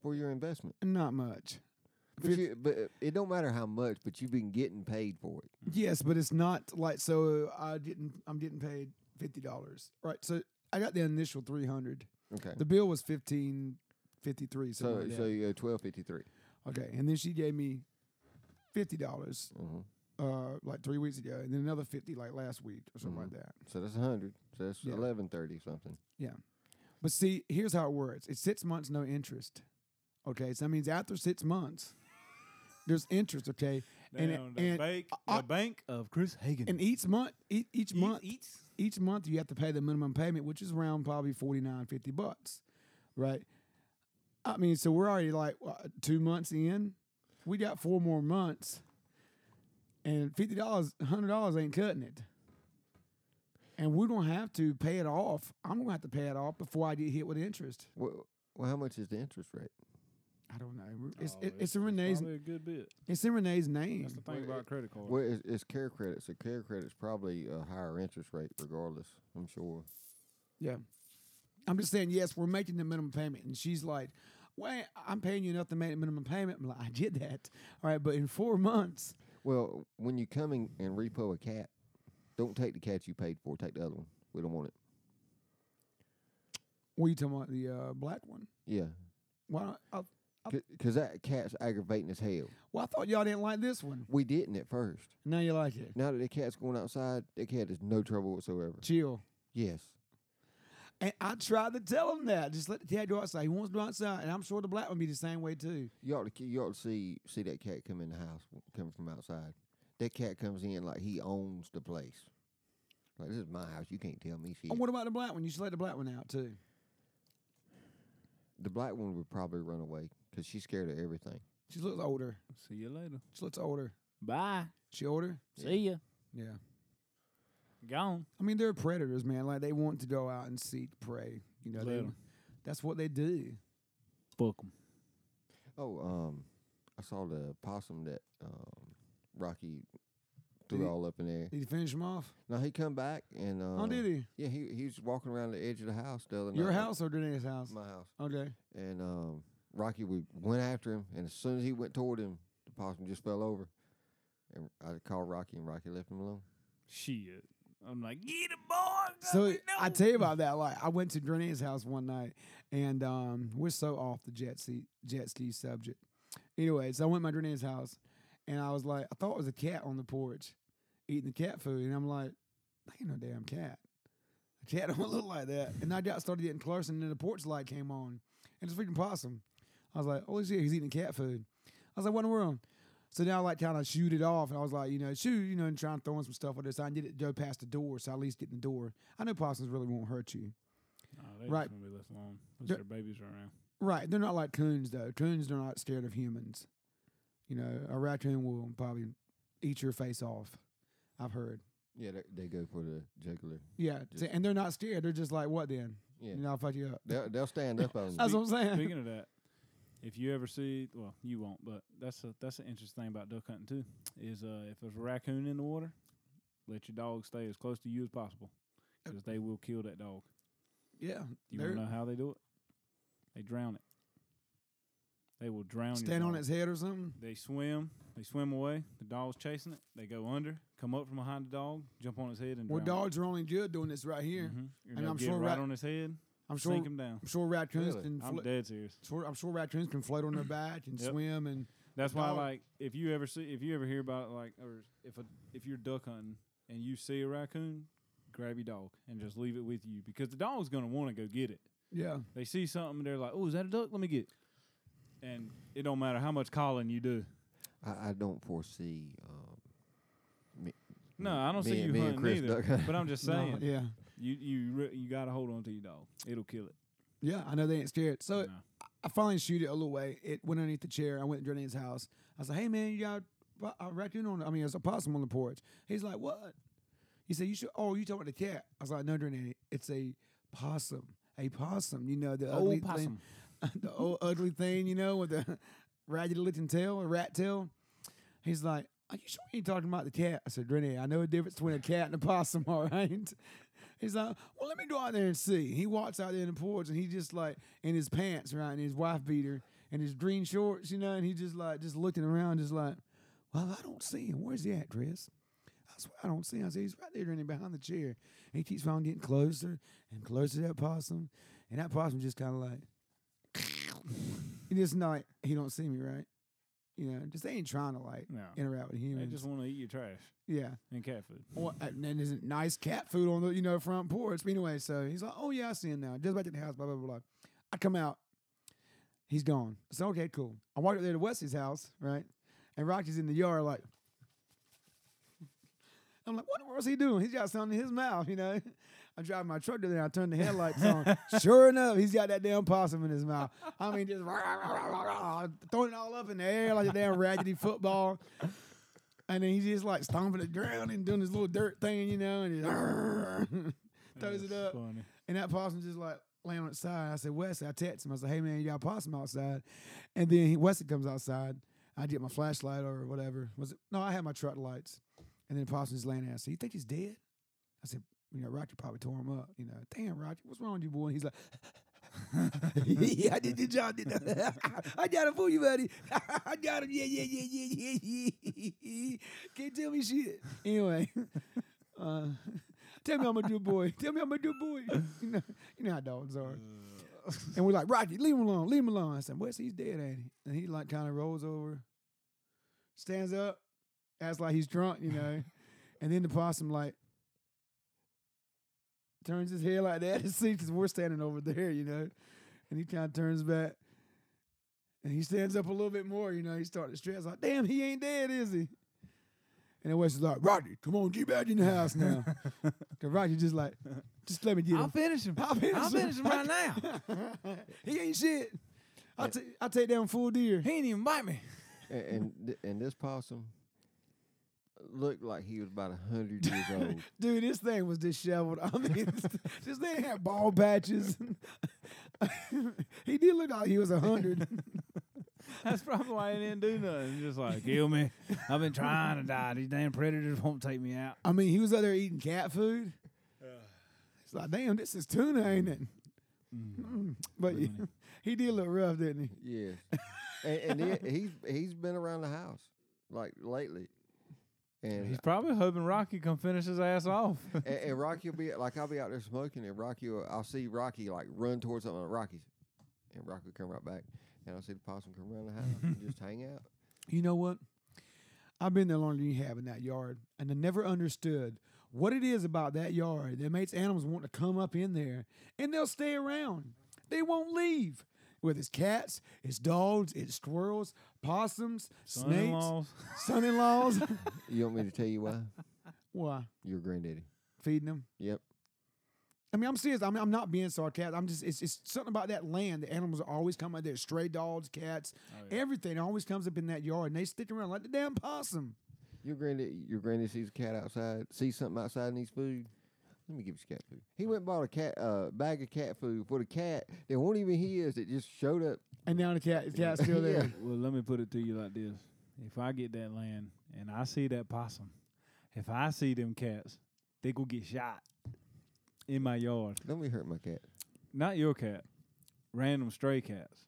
A: for your investment.
C: Not much.
A: But, you, but uh, it don't matter how much, but you've been getting paid for it.
C: Yes, but it's not like so. I didn't. I'm getting paid fifty dollars, right? So I got the initial three hundred.
A: Okay.
C: The bill was fifteen fifty three.
A: so
C: So,
A: so you go twelve fifty three.
C: okay, and then she gave me fifty dollars
A: Mm-hmm.
C: uh, like three weeks ago, and then another fifty like last week or something
A: Mhm.
C: like that.
A: So that's a hundred. So that's
C: Yeah.
A: eleven thirty something.
C: But see, here's how it works: it's six months, no interest. Okay, so that means after six months, there's interest. Okay, And-
B: Down the,
C: and-
B: bank,
C: I-
B: the bank of Chris Hagan.
C: and each month, each, each
B: Eat-
C: month,
B: eats.
C: each month you have to pay the minimum payment, which is around probably 49, 50 bucks, right? I mean, so we're already like what, two months in. We got four more months, and fifty dollars, hundred dollars ain't cutting it. And we don't have to pay it off. I'm gonna have to pay it off before I get hit with interest.
A: Well, well, how much is the interest rate?
C: I don't know. It's
B: Oh,
C: it, it's, in Renee's.
B: probably a good bit.
C: It's in Renee's name.
B: That's the thing
A: Well,
B: about credit cards.
A: Well, it's, it's care credit, so care credit's probably a higher interest rate, regardless. I'm sure.
C: Yeah. I'm just saying, yes, we're making the minimum payment. And she's like, well, I'm paying you enough to make a minimum payment. I'm like, I did that. All right, but in four months.
A: Well, when you come in and repo a cat, don't take the cat you paid for. Take the other one. We don't want it.
C: What are you talking about? The uh, black one?
A: Yeah,
C: Why don't, I,
A: because that cat's aggravating as hell.
C: well, I thought y'all didn't like this one.
A: We didn't at first.
C: Now you like it.
A: Now that the cat's going outside, the cat is no trouble whatsoever.
C: Chill.
A: Yes.
C: And I tried to tell him that. Just let the cat go outside. He wants to go outside. And I'm sure the black one be the same way, too.
A: You ought to ke- you ought to see see that cat come in the house w- coming from outside. That cat comes in like he owns the place. Like this is my house. You can't tell me shit.
C: And what about the black one? You should let the black one out, too.
A: the black one would probably run away because she's scared of everything.
C: She looks older.
B: See you later.
C: She looks older.
B: Bye.
C: She older?
B: See ya.
C: Yeah.
B: Gone.
C: I mean, they're predators, man. Like they want to go out and seek prey. You know, they,
B: Let 'em.
C: that's what they do.
B: Fuck them.
A: Oh, um, I saw the possum that um Rocky threw
C: Did he-
A: all up in there.
C: Did you finish them off?
A: Now he come back and um,
C: oh, did he?
A: yeah he he was walking around the edge of the house the other
C: Your
A: night.
C: house or Danae's house?
A: uh, my house.
C: Okay.
A: and um, Rocky we went after him, and as soon as he went toward him, the possum just fell over. And I called Rocky, and Rocky left him alone.
B: Shit. I'm like, get a boy.
C: So I tell you about that. Like I went to Danae's house one night, and um, we're so off the jet ski jet ski subject. Anyways, I went to my Danae's house, and I was like, I thought it was a cat on the porch eating the cat food, and I'm like, that ain't no damn cat. A cat don't look like that. And I got started getting closer, and then the porch light came on, and it's freaking possum. I was like, oh shit, he's eating cat food. I was like, what in the world? So now I like kind of shoot it off, and I was like, you know, shoot, you know, and trying to throw in some stuff on this. I need it to go past the door, so I at least get in the door. I know possums really won't hurt you. Right.
B: right. Gonna be left alone. 'cause
C: They're-
B: Their babies are around.
C: Right. They're not like coons, though. Coons are not scared of humans. You know, a raccoon will probably eat your face off. I've heard.
A: Yeah, they, they go for the jugular.
C: Yeah.
A: Just-
C: and they're not scared. They're just like, what then?
A: Yeah,
C: You know, I'll fuck you up.
A: they'll, they'll stand up on
C: That's
A: him.
C: what I'm saying.
B: Speaking of that, if you ever see, well, you won't, but that's a that's an interesting thing about duck hunting too. Is uh, if there's a raccoon in the water, let your dog stay as close to you as possible, because they will kill that dog.
C: yeah.
B: You want
C: they're-
B: to know how they do it? They drown it. They will drown. your
C: Stand on
B: dog.
C: its head or something.
B: They swim. They swim away. The dog's chasing it. They go under, come up from behind the dog, jump on his head, and
C: Well,
B: drown
C: dogs are only good doing this right
B: it.
C: here.
B: Mhm. And,
C: And
B: they'll
C: I'm
B: get
C: sure
B: right
C: ra-
B: on his head,
C: I'm sure.
B: sink him down.
C: I'm sure raccoons
A: Really?
C: can.
B: I'm
C: Fl-
B: dead serious.
C: sure, I'm sure raccoons can float on their back and
B: Yep.
C: swim and
B: That's why,
C: dog-
B: like, if you ever see, if you ever hear about, like, or if a, if you're duck hunting and you see a raccoon, grab your dog and just leave it with you because the dog's gonna want to go get it.
C: yeah.
B: They see something, they're like, "Oh, is that a duck? Let me get." it." And it don't matter how much calling you do.
A: I, I don't foresee. Um,
B: No, I don't see
A: Me-
B: you
A: me and
B: hunting
A: Chris
B: either.
A: duck hunting.
B: But I'm just
C: No,
B: saying,
C: yeah.
B: you you re- you gotta hold on to your dog. It'll kill it.
C: Yeah, I know they ain't scared. So
B: No.
C: I finally shoot it a little way. It went underneath the chair. I went to Jordan's house. I said, "Hey man, you got a- a raccoon on? The, I mean, there's a possum on the porch." He's like, "What?" He said, "You should." Oh, you talking about the cat? I was like, "No, Jordan, it's a possum. A possum. You know the ugly
B: Old Oh, possum.
C: thing, the old ugly thing. You know with the raggedy looking tail, a rat tail." He's like, "Are you sure you ain't talking about the cat?" I said, "Jordan, I know the difference between a cat and a possum, all right." He's like, well, let me go out there and see. He walks out there in the porch and he just like in his pants, right, and his wife beater, and and his green shorts, you know, and he just like just looking around, just like, well, I don't see him. Where's he at, Chris? I swear I don't see him. I said, he's right there in there behind the chair. And he keeps on getting closer and closer to that possum. And that possum just kind of like, and it's not, he don't see me, right? You know, just they ain't trying to like
B: No.
C: interact with
B: They
C: humans.
B: just want uh, to eat your trash
C: yeah.
B: and cat food.
C: Well, and then there's nice cat food on the you know front porch. But anyway, so he's like, "Oh yeah, I see him now." Just back to the house, blah blah blah. blah. I come out, he's gone. So okay, cool. I walked up there to Wesley's house, right? And Rocky's in the yard, like, I'm like, "What was he doing? He's got something in his mouth, you know." I drive my truck to there. I turn the headlights on. sure enough, he's got that damn possum in his mouth. I mean, just throwing it all up in the air like a damn raggedy football. And then he's just like stomping the ground and doing his little dirt thing, you know, and he throws it
B: That's
C: up.
B: Funny.
C: And that possum just like laying on its side. I said, Wesley, I text him. I said, hey man, you got a possum outside. And then he, Wesley comes outside. I get my flashlight or whatever. Was it? No, I had my truck lights. And then the possum just laying there. I said, you think he's dead? I said, you know, Rocky probably tore him up. You know, damn, Rocky, what's wrong with you, boy? And he's like, yeah, I did the job. Did the I got him for you, buddy. I got him. Yeah, yeah, yeah, yeah, yeah, yeah. Can't tell me shit. Anyway, uh, tell me I'm a good boy. Tell me I'm a good boy. You know, you know how dogs are. And we're like, Rocky, leave him alone. Leave him alone. I said, Wes, he's dead, ain't he? And he like kind of rolls over, stands up, acts like he's drunk, you know. and then the possum like turns his head like that to see because we're standing over there, you know. And he kind of turns back and he stands up a little bit more, you know. He started to stress like, damn, he ain't dead, is he? And then Wes is like, Rocky, come on, get back in the house now. Because Rocky just like, just let me get him.
B: finish him.
C: I'll finish him.
B: right now.
C: he ain't shit. I take I take down full deer.
B: He ain't even bite me.
A: and and, th- and this possum looked like he was about a hundred years old.
C: Dude, this thing was disheveled. I mean, this thing had ball patches. he did look like he was a hundred.
B: That's probably why he didn't do nothing. Just like kill me. I've been trying to die. These damn predators won't take me out.
C: I mean, he was out there eating cat food. It's like, damn, this is tuna, ain't it? Mm. But yeah, he did look rough, didn't he?
A: Yes, and, and then he's he's been around the house like lately, and
B: He's probably hoping Rocky come finish his ass off.
A: and, and Rocky will be like I'll be out there smoking, and Rocky will, I'll see Rocky like run towards something. Like Rocky's, and Rocky will come right back, and I'll see the possum come around the house and just hang out.
C: You know what? I've been there longer than you have in that yard, and I never understood what it is about that yard that makes animals want to come up in there, and they'll stay around. They won't leave. Whether it's cats, it's dogs, it's squirrels, possums, snakes,
B: Son-in-laws.
C: son-in-laws.
A: You want me to tell you why?
C: Why
A: Your granddaddy.
C: feeding them?
A: Yep.
C: I mean, I'm serious. I mean, I'm not being sarcastic. I'm just, it's, it's something about that land. The animals are always coming out there. Stray dogs, cats, everything always comes up in that yard and they stick around like the damn possum.
A: Your granddad, your granddad sees a cat outside, sees something outside and needs food. Let me give you cat food. He went and bought a cat uh, bag of cat food for the cat that wasn't even his. That just showed up.
C: And now the cat, the cat's still there.
A: Yeah.
B: Well, let me put it to you like this: If I get that land and I see that possum, if I see them cats, they go get shot in my yard.
A: Don't be hurt my cat.
B: Not your cat, random stray cats.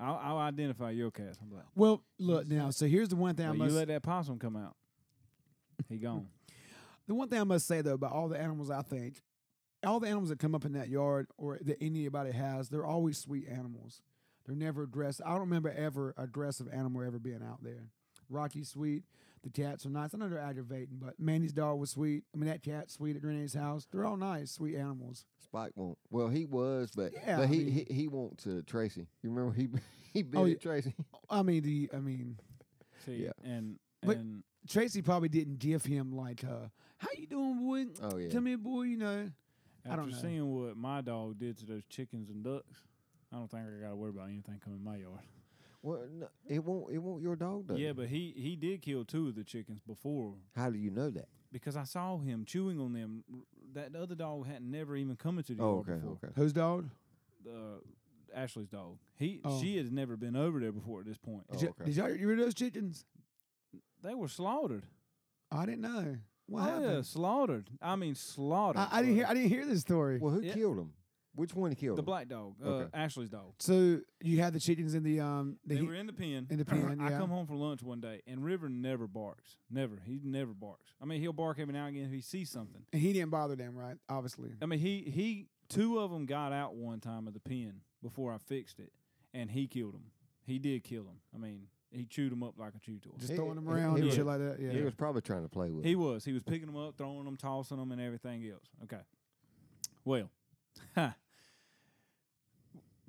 B: I'll, I'll identify your cats. I'm like,
C: Well, look now. So here's the one thing I
B: well, you
C: must.
B: let that possum come out, he gone.
C: the one thing I must say though about all the animals, I think, all the animals that come up in that yard or that anybody has, they're always sweet animals. They're never aggressive. I don't remember ever aggressive animal ever being out there. Rocky's sweet. The cats are nice. I know they're aggravating, but Mandy's dog was sweet. I mean, that cat's sweet at Grenade's house. They're all nice, sweet animals.
A: Spike won't. Well, he was, but
C: Yeah, I
A: but he,
C: mean-
A: he he won't to Tracy. You remember he he bit
C: Oh,
A: at
C: yeah.
A: Tracy.
C: I mean, the I mean,
B: See,
A: Yeah.
B: and
C: But-
B: and
C: Tracy probably didn't give him like, uh, "How you doing, boy?
A: Oh yeah.
C: Come here, boy." You know, I
B: after
C: don't know.
B: seeing what my dog did to those chickens and ducks, I don't think I got to worry about anything coming my yard.
A: Well, no, it won't. It won't. Your dog does.
B: Yeah, but he he did kill two of the chickens before
A: How do you know that?
B: because I saw him chewing on them. R- That other dog had never even come into the
A: Oh,
B: yard
A: okay,
B: before.
A: okay.
C: whose dog?
B: Uh, Ashley's dog. He
C: Oh.
B: she has never been over there before at this point.
A: Oh,
C: Did, y-
A: okay.
C: did y'all get rid of those chickens?
B: They were slaughtered.
C: I didn't know. What
B: oh,
C: happened?
B: yeah, slaughtered. I mean slaughtered.
C: I, I didn't hear. I didn't hear this story.
A: Well, who
B: Yeah.
A: killed him? Which one killed
B: The
A: him?
B: black dog, uh,
A: Okay.
B: Ashley's dog.
C: So you had the chickens in the um the
B: They
C: he-
B: were in the pen.
C: in the pen,
B: I
C: yeah.
B: come home for lunch one day, and River never barks. Never. He never barks. I mean, he'll bark every now and again if he sees something.
C: and he didn't bother them, right? Obviously.
B: I mean, he he two of them got out one time of the pen before I fixed it, and he killed them. He did kill them. I mean, he chewed them up like a chew toy.
C: Just
A: He-
C: throwing them
A: he-
C: around
A: he
C: and
B: was-
C: shit like that. Yeah.
A: He was probably trying to play with.
B: He
A: him.
B: was. He was picking them up, throwing them, tossing them, and everything else. Okay. Well,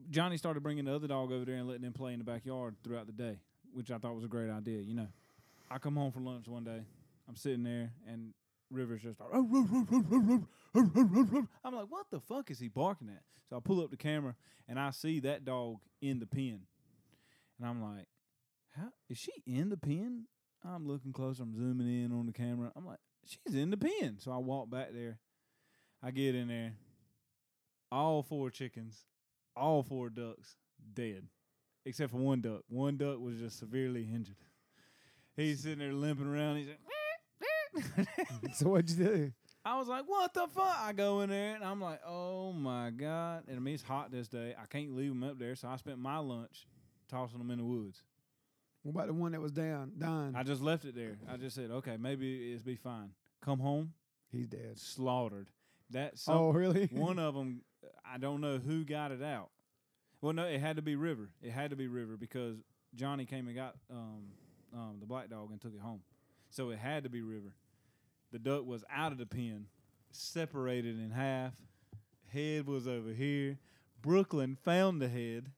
B: Johnny started bringing the other dog over there and letting them play in the backyard throughout the day, which I thought was a great idea. You know, I come home from lunch one day. I'm sitting there, and Rivers just like, "Ruh, ruh, ruh, ruh, ruh, ruh, ruh, ruh, ruh, ruh." I'm like, what the fuck is he barking at? So I pull up the camera, and I see that dog in the pen, and I'm like, how is she in the pen? I'm looking closer. I'm zooming in on the camera. I'm like, she's in the pen. So I walk back there. I get in there. All four chickens, all four ducks dead, except for one duck. One duck was just severely injured. He's sitting there limping around. He's like,
C: so what'd you do?
B: I was like, what the fuck? I go in there and I'm like, oh my God. And I mean, it's hot this day. I can't leave them up there. So I spent my lunch tossing them in the woods.
C: What about the one that was down dying?
B: I just left it there. I just said, okay, maybe it's be fine. Come home,
C: He's dead.
B: slaughtered. That's
C: oh really?
B: um, one of them. I don't know who got it out. Well, no, it had to be River. It had to be River because Johnny came and got um, um, the black dog and took it home. So it had to be River. The duck was out of the pen, separated in half. Head was over here. Brooklyn found the head.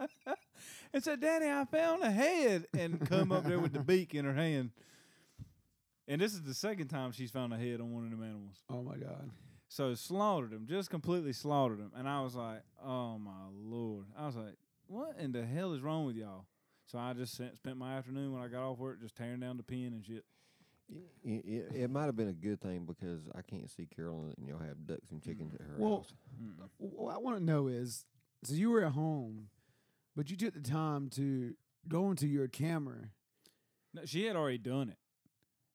B: and said, Daddy, I found a head. And come up there with the beak in her hand. And this is the second time she's found a head on one of them animals.
C: oh my god.
B: So slaughtered him, just completely slaughtered him. And I was like, oh my lord. I was like, what in the hell is wrong with y'all? So I just sent, spent my afternoon when I got off work just tearing down the pen and shit.
A: It, it, it might have been a good thing because I can't see Carolyn letting y'all have ducks and chickens at her
C: Well,
A: house.
C: What I want to know is, so you were at home, but you took the time to go into your camera.
B: No, she had already done it.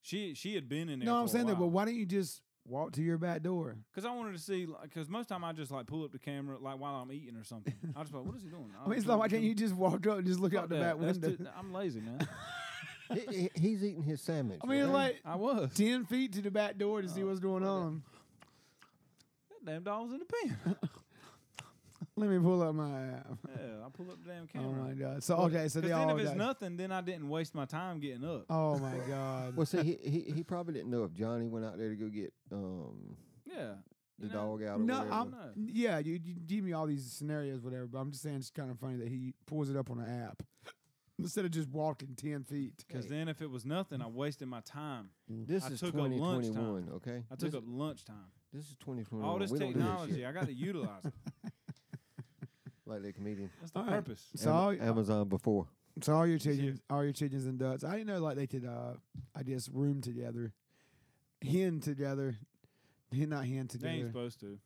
B: She she had been in there.
C: No,
B: for
C: I'm
B: a
C: saying that, but
B: while.
C: why don't you just walk to your back door?
B: Cause I wanted to see, like, cause most time I just like pull up the camera like while I'm eating or something. I just like, what is he doing?
C: I mean, it's like, why can't you just walk up and just look out the back window?
B: I'm lazy, man.
A: He- he- he's eating his sandwich.
C: I mean, it's
A: okay?
C: like
B: I was.
C: 10 feet to the back door to see
B: Oh,
C: what's going
B: what the-
C: on.
B: That damn dog was in the pen.
C: Let me pull up my app.
B: yeah, I pull up the damn
C: Oh,
B: camera.
C: my God. So,
B: Well,
C: okay, so
B: 'Cause
C: they
B: then
C: all
B: if it's
C: died.
B: nothing, then I didn't waste my time getting up.
C: Oh, my God.
A: well, see, he, he he probably didn't know if Johnny went out there to go get um
B: yeah.
A: the
B: You know,
A: dog out. Or
C: No,
A: whatever.
C: I'm.
B: No.
C: Yeah, you, you give me all these scenarios, whatever. But I'm just saying, it's kind of funny that he pulls it up on an app instead of just walking ten feet.
B: Because then if it was nothing, I wasted my time.
A: Mm. This
B: I
A: is
B: took up lunchtime.
A: 2021. Okay,
B: I took
A: this,
B: up lunchtime.
A: this is 2021.
B: All this
A: we don't do
B: technology,
A: shit
B: I got to utilize it.
A: like that comedian.
B: That's the
C: All right.
B: purpose.
C: So all,
A: Am- Amazon before.
C: so all your chickens, all your chickens and ducks. I didn't know like they could, uh, I guess, room together, hen together, hen not hen
B: They ain't
C: together,
B: supposed to.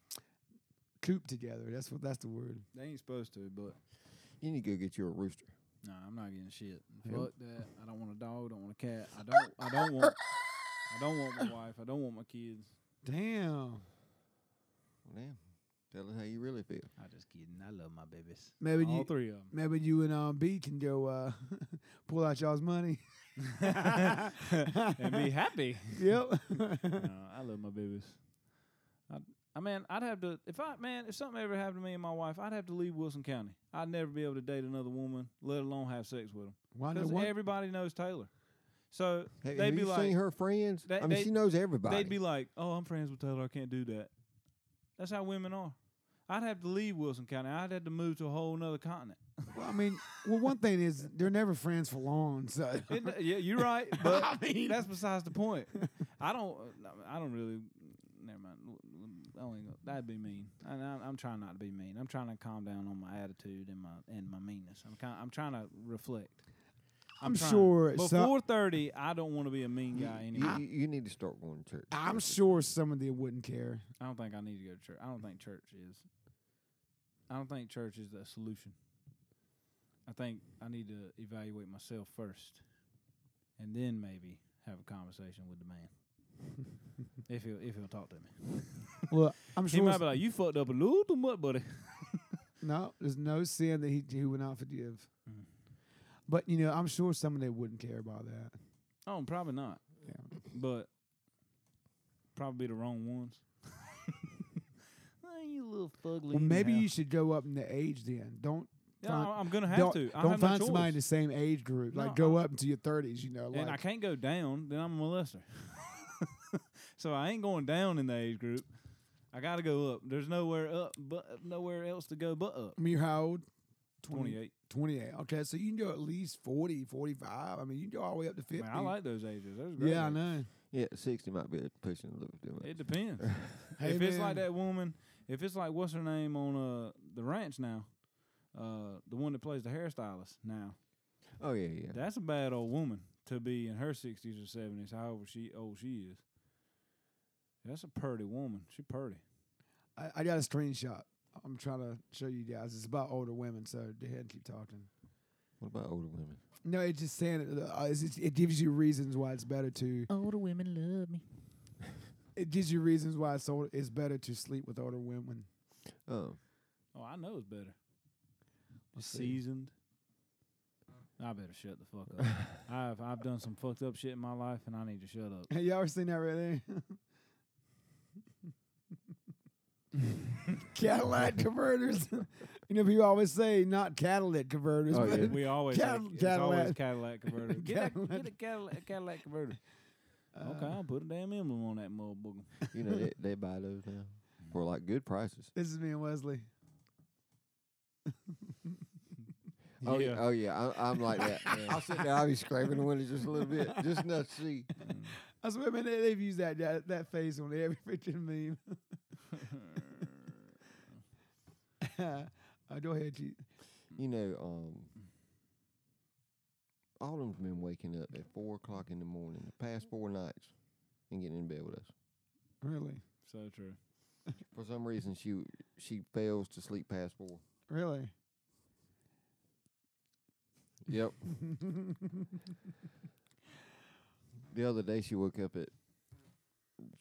C: coop together. That's what that's the word.
B: They ain't supposed to, but
A: You need to go get you a rooster.
B: no, I'm not getting shit.
A: Yeah.
B: Fuck that. I don't want a dog. Don't want a cat. I don't. I don't want. I don't want my wife. I don't want my kids.
C: Damn.
A: Well, damn. Tell us how you really feel.
D: I'm just kidding. I love my babies.
C: Maybe
B: All
C: you,
B: three of them.
C: maybe you and um B can go uh, pull out y'all's money.
B: and be happy.
C: Yep.
B: no, I love my babies. I, I mean, I'd have to if I man if something ever happened to me and my wife, I'd have to leave Wilson County. I'd never be able to date another woman, let alone have sex with them.
C: Why not?
B: Because
C: Why-
B: everybody knows Taylor, so
A: Have,
B: they'd
A: have
B: be
A: you
B: like,
A: seen her friends?
B: they-
A: I mean,
B: they-
A: she knows everybody.
B: they'd be like, "Oh, I'm friends with Taylor. I can't do that." That's how women are. I'd have to leave Wilson County. I'd have to move to a whole nother continent.
C: Well, I mean, well, one thing is they're never friends for long. So
B: It, yeah, you're right, but that's besides the point. I don't. I don't really. Never mind. I don't even go- that'd be mean. I, I, I'm trying not to be mean. I'm trying to calm down on my attitude and my and my meanness. I'm kind. I'm trying to reflect.
C: I'm
B: trying.
C: sure some-
B: before thirty, I don't want to be a mean
A: you,
B: guy
A: you-
B: anymore.
A: you- you need to start going to church.
C: I'm
A: That's it.
C: sure some of them wouldn't care.
B: I don't think I need to go to church. I don't think church is. I don't think church is the solution. I think I need to evaluate myself first, and then maybe have a conversation with the man. if he'll if he'll talk to me.
C: Look, I'm
B: He
C: sure.
B: might
C: it's-
B: be like, "You fucked up a little too much, buddy."
C: No, there's no sin that he, he would not forgive.
B: Mm.
C: But you know, I'm sure some of them wouldn't care about that.
B: Oh, probably not.
C: Yeah.
B: But probably the wrong ones. Hey, you little fugly.
C: Well, maybe you should go up in the age then. Don't
B: Yeah,
C: find-
B: I- I'm gonna have
C: don't,
B: to. I
C: don't
B: have no
C: find
B: choice.
C: somebody in the same age group.
B: No,
C: Like go up into your 30s. You know, like
B: and I can't go down, then I'm a molester. so I ain't going down in the age group. I got to go up. There's nowhere up, but nowhere else to go but up.
C: I mean, you're how old? 20
B: 28.
C: 28. Okay, so you can go at least 40, 45. I mean, you can go all the way up to 50.
B: Man, I like those ages. Those are great
C: yeah, I
B: ages.
C: know.
A: Yeah, sixty might be pushing a little too much.
B: It depends.
C: Hey,
B: if it's like
C: man.
B: that woman, if it's like what's her name on uh the ranch now, uh the one that plays the hairstylist now,
A: Oh yeah, yeah.
B: that's a bad old woman to be in her 60s or 70s, however she old she is. That's a pretty woman. She pretty.
C: I, I got a screenshot. I'm trying to show you guys. It's about older women, so go ahead and keep talking.
A: What about older women?
C: No, it's just saying it, uh, it's, it's- it gives you reasons why it's better to.
D: Older women love me.
C: It gives you reasons why it's older, it's better to sleep with older women.
A: Um,
B: Oh, I know it's better.
C: Let's see.
B: Seasoned. I better shut the fuck up. I've I've done some fucked up shit in my life, and I need to shut up.
C: Have you ever seen that right there? Cadillac converters. you know, people always say not Cadillac converters.
A: Oh,
C: but
A: yeah.
B: We always
C: Cad-
B: say, it's always Cadillac
C: Cadillac.
B: converter. Get a,
C: Cadillac.
B: get a Cadillac, Cadillac converter. okay,
C: uh,
B: I'll put a damn emblem on that motherfucker.
A: you know they, they buy those now for like good prices.
C: This is me and Wesley.
A: Oh yeah, oh yeah. I, I'm like that. I'll sit there. I'll be scraping the window just a little bit, just enough to see.
C: I swear, man, they, they've used that, that that face on every freaking meme. uh, go ahead, G.
A: You know, um, Autumn's been waking up at four o'clock in the morning the past four nights and getting in bed with us.
C: Really,
B: so true.
A: For some reason, she she fails to sleep past four.
C: really.
A: Yep. the other day, she woke up at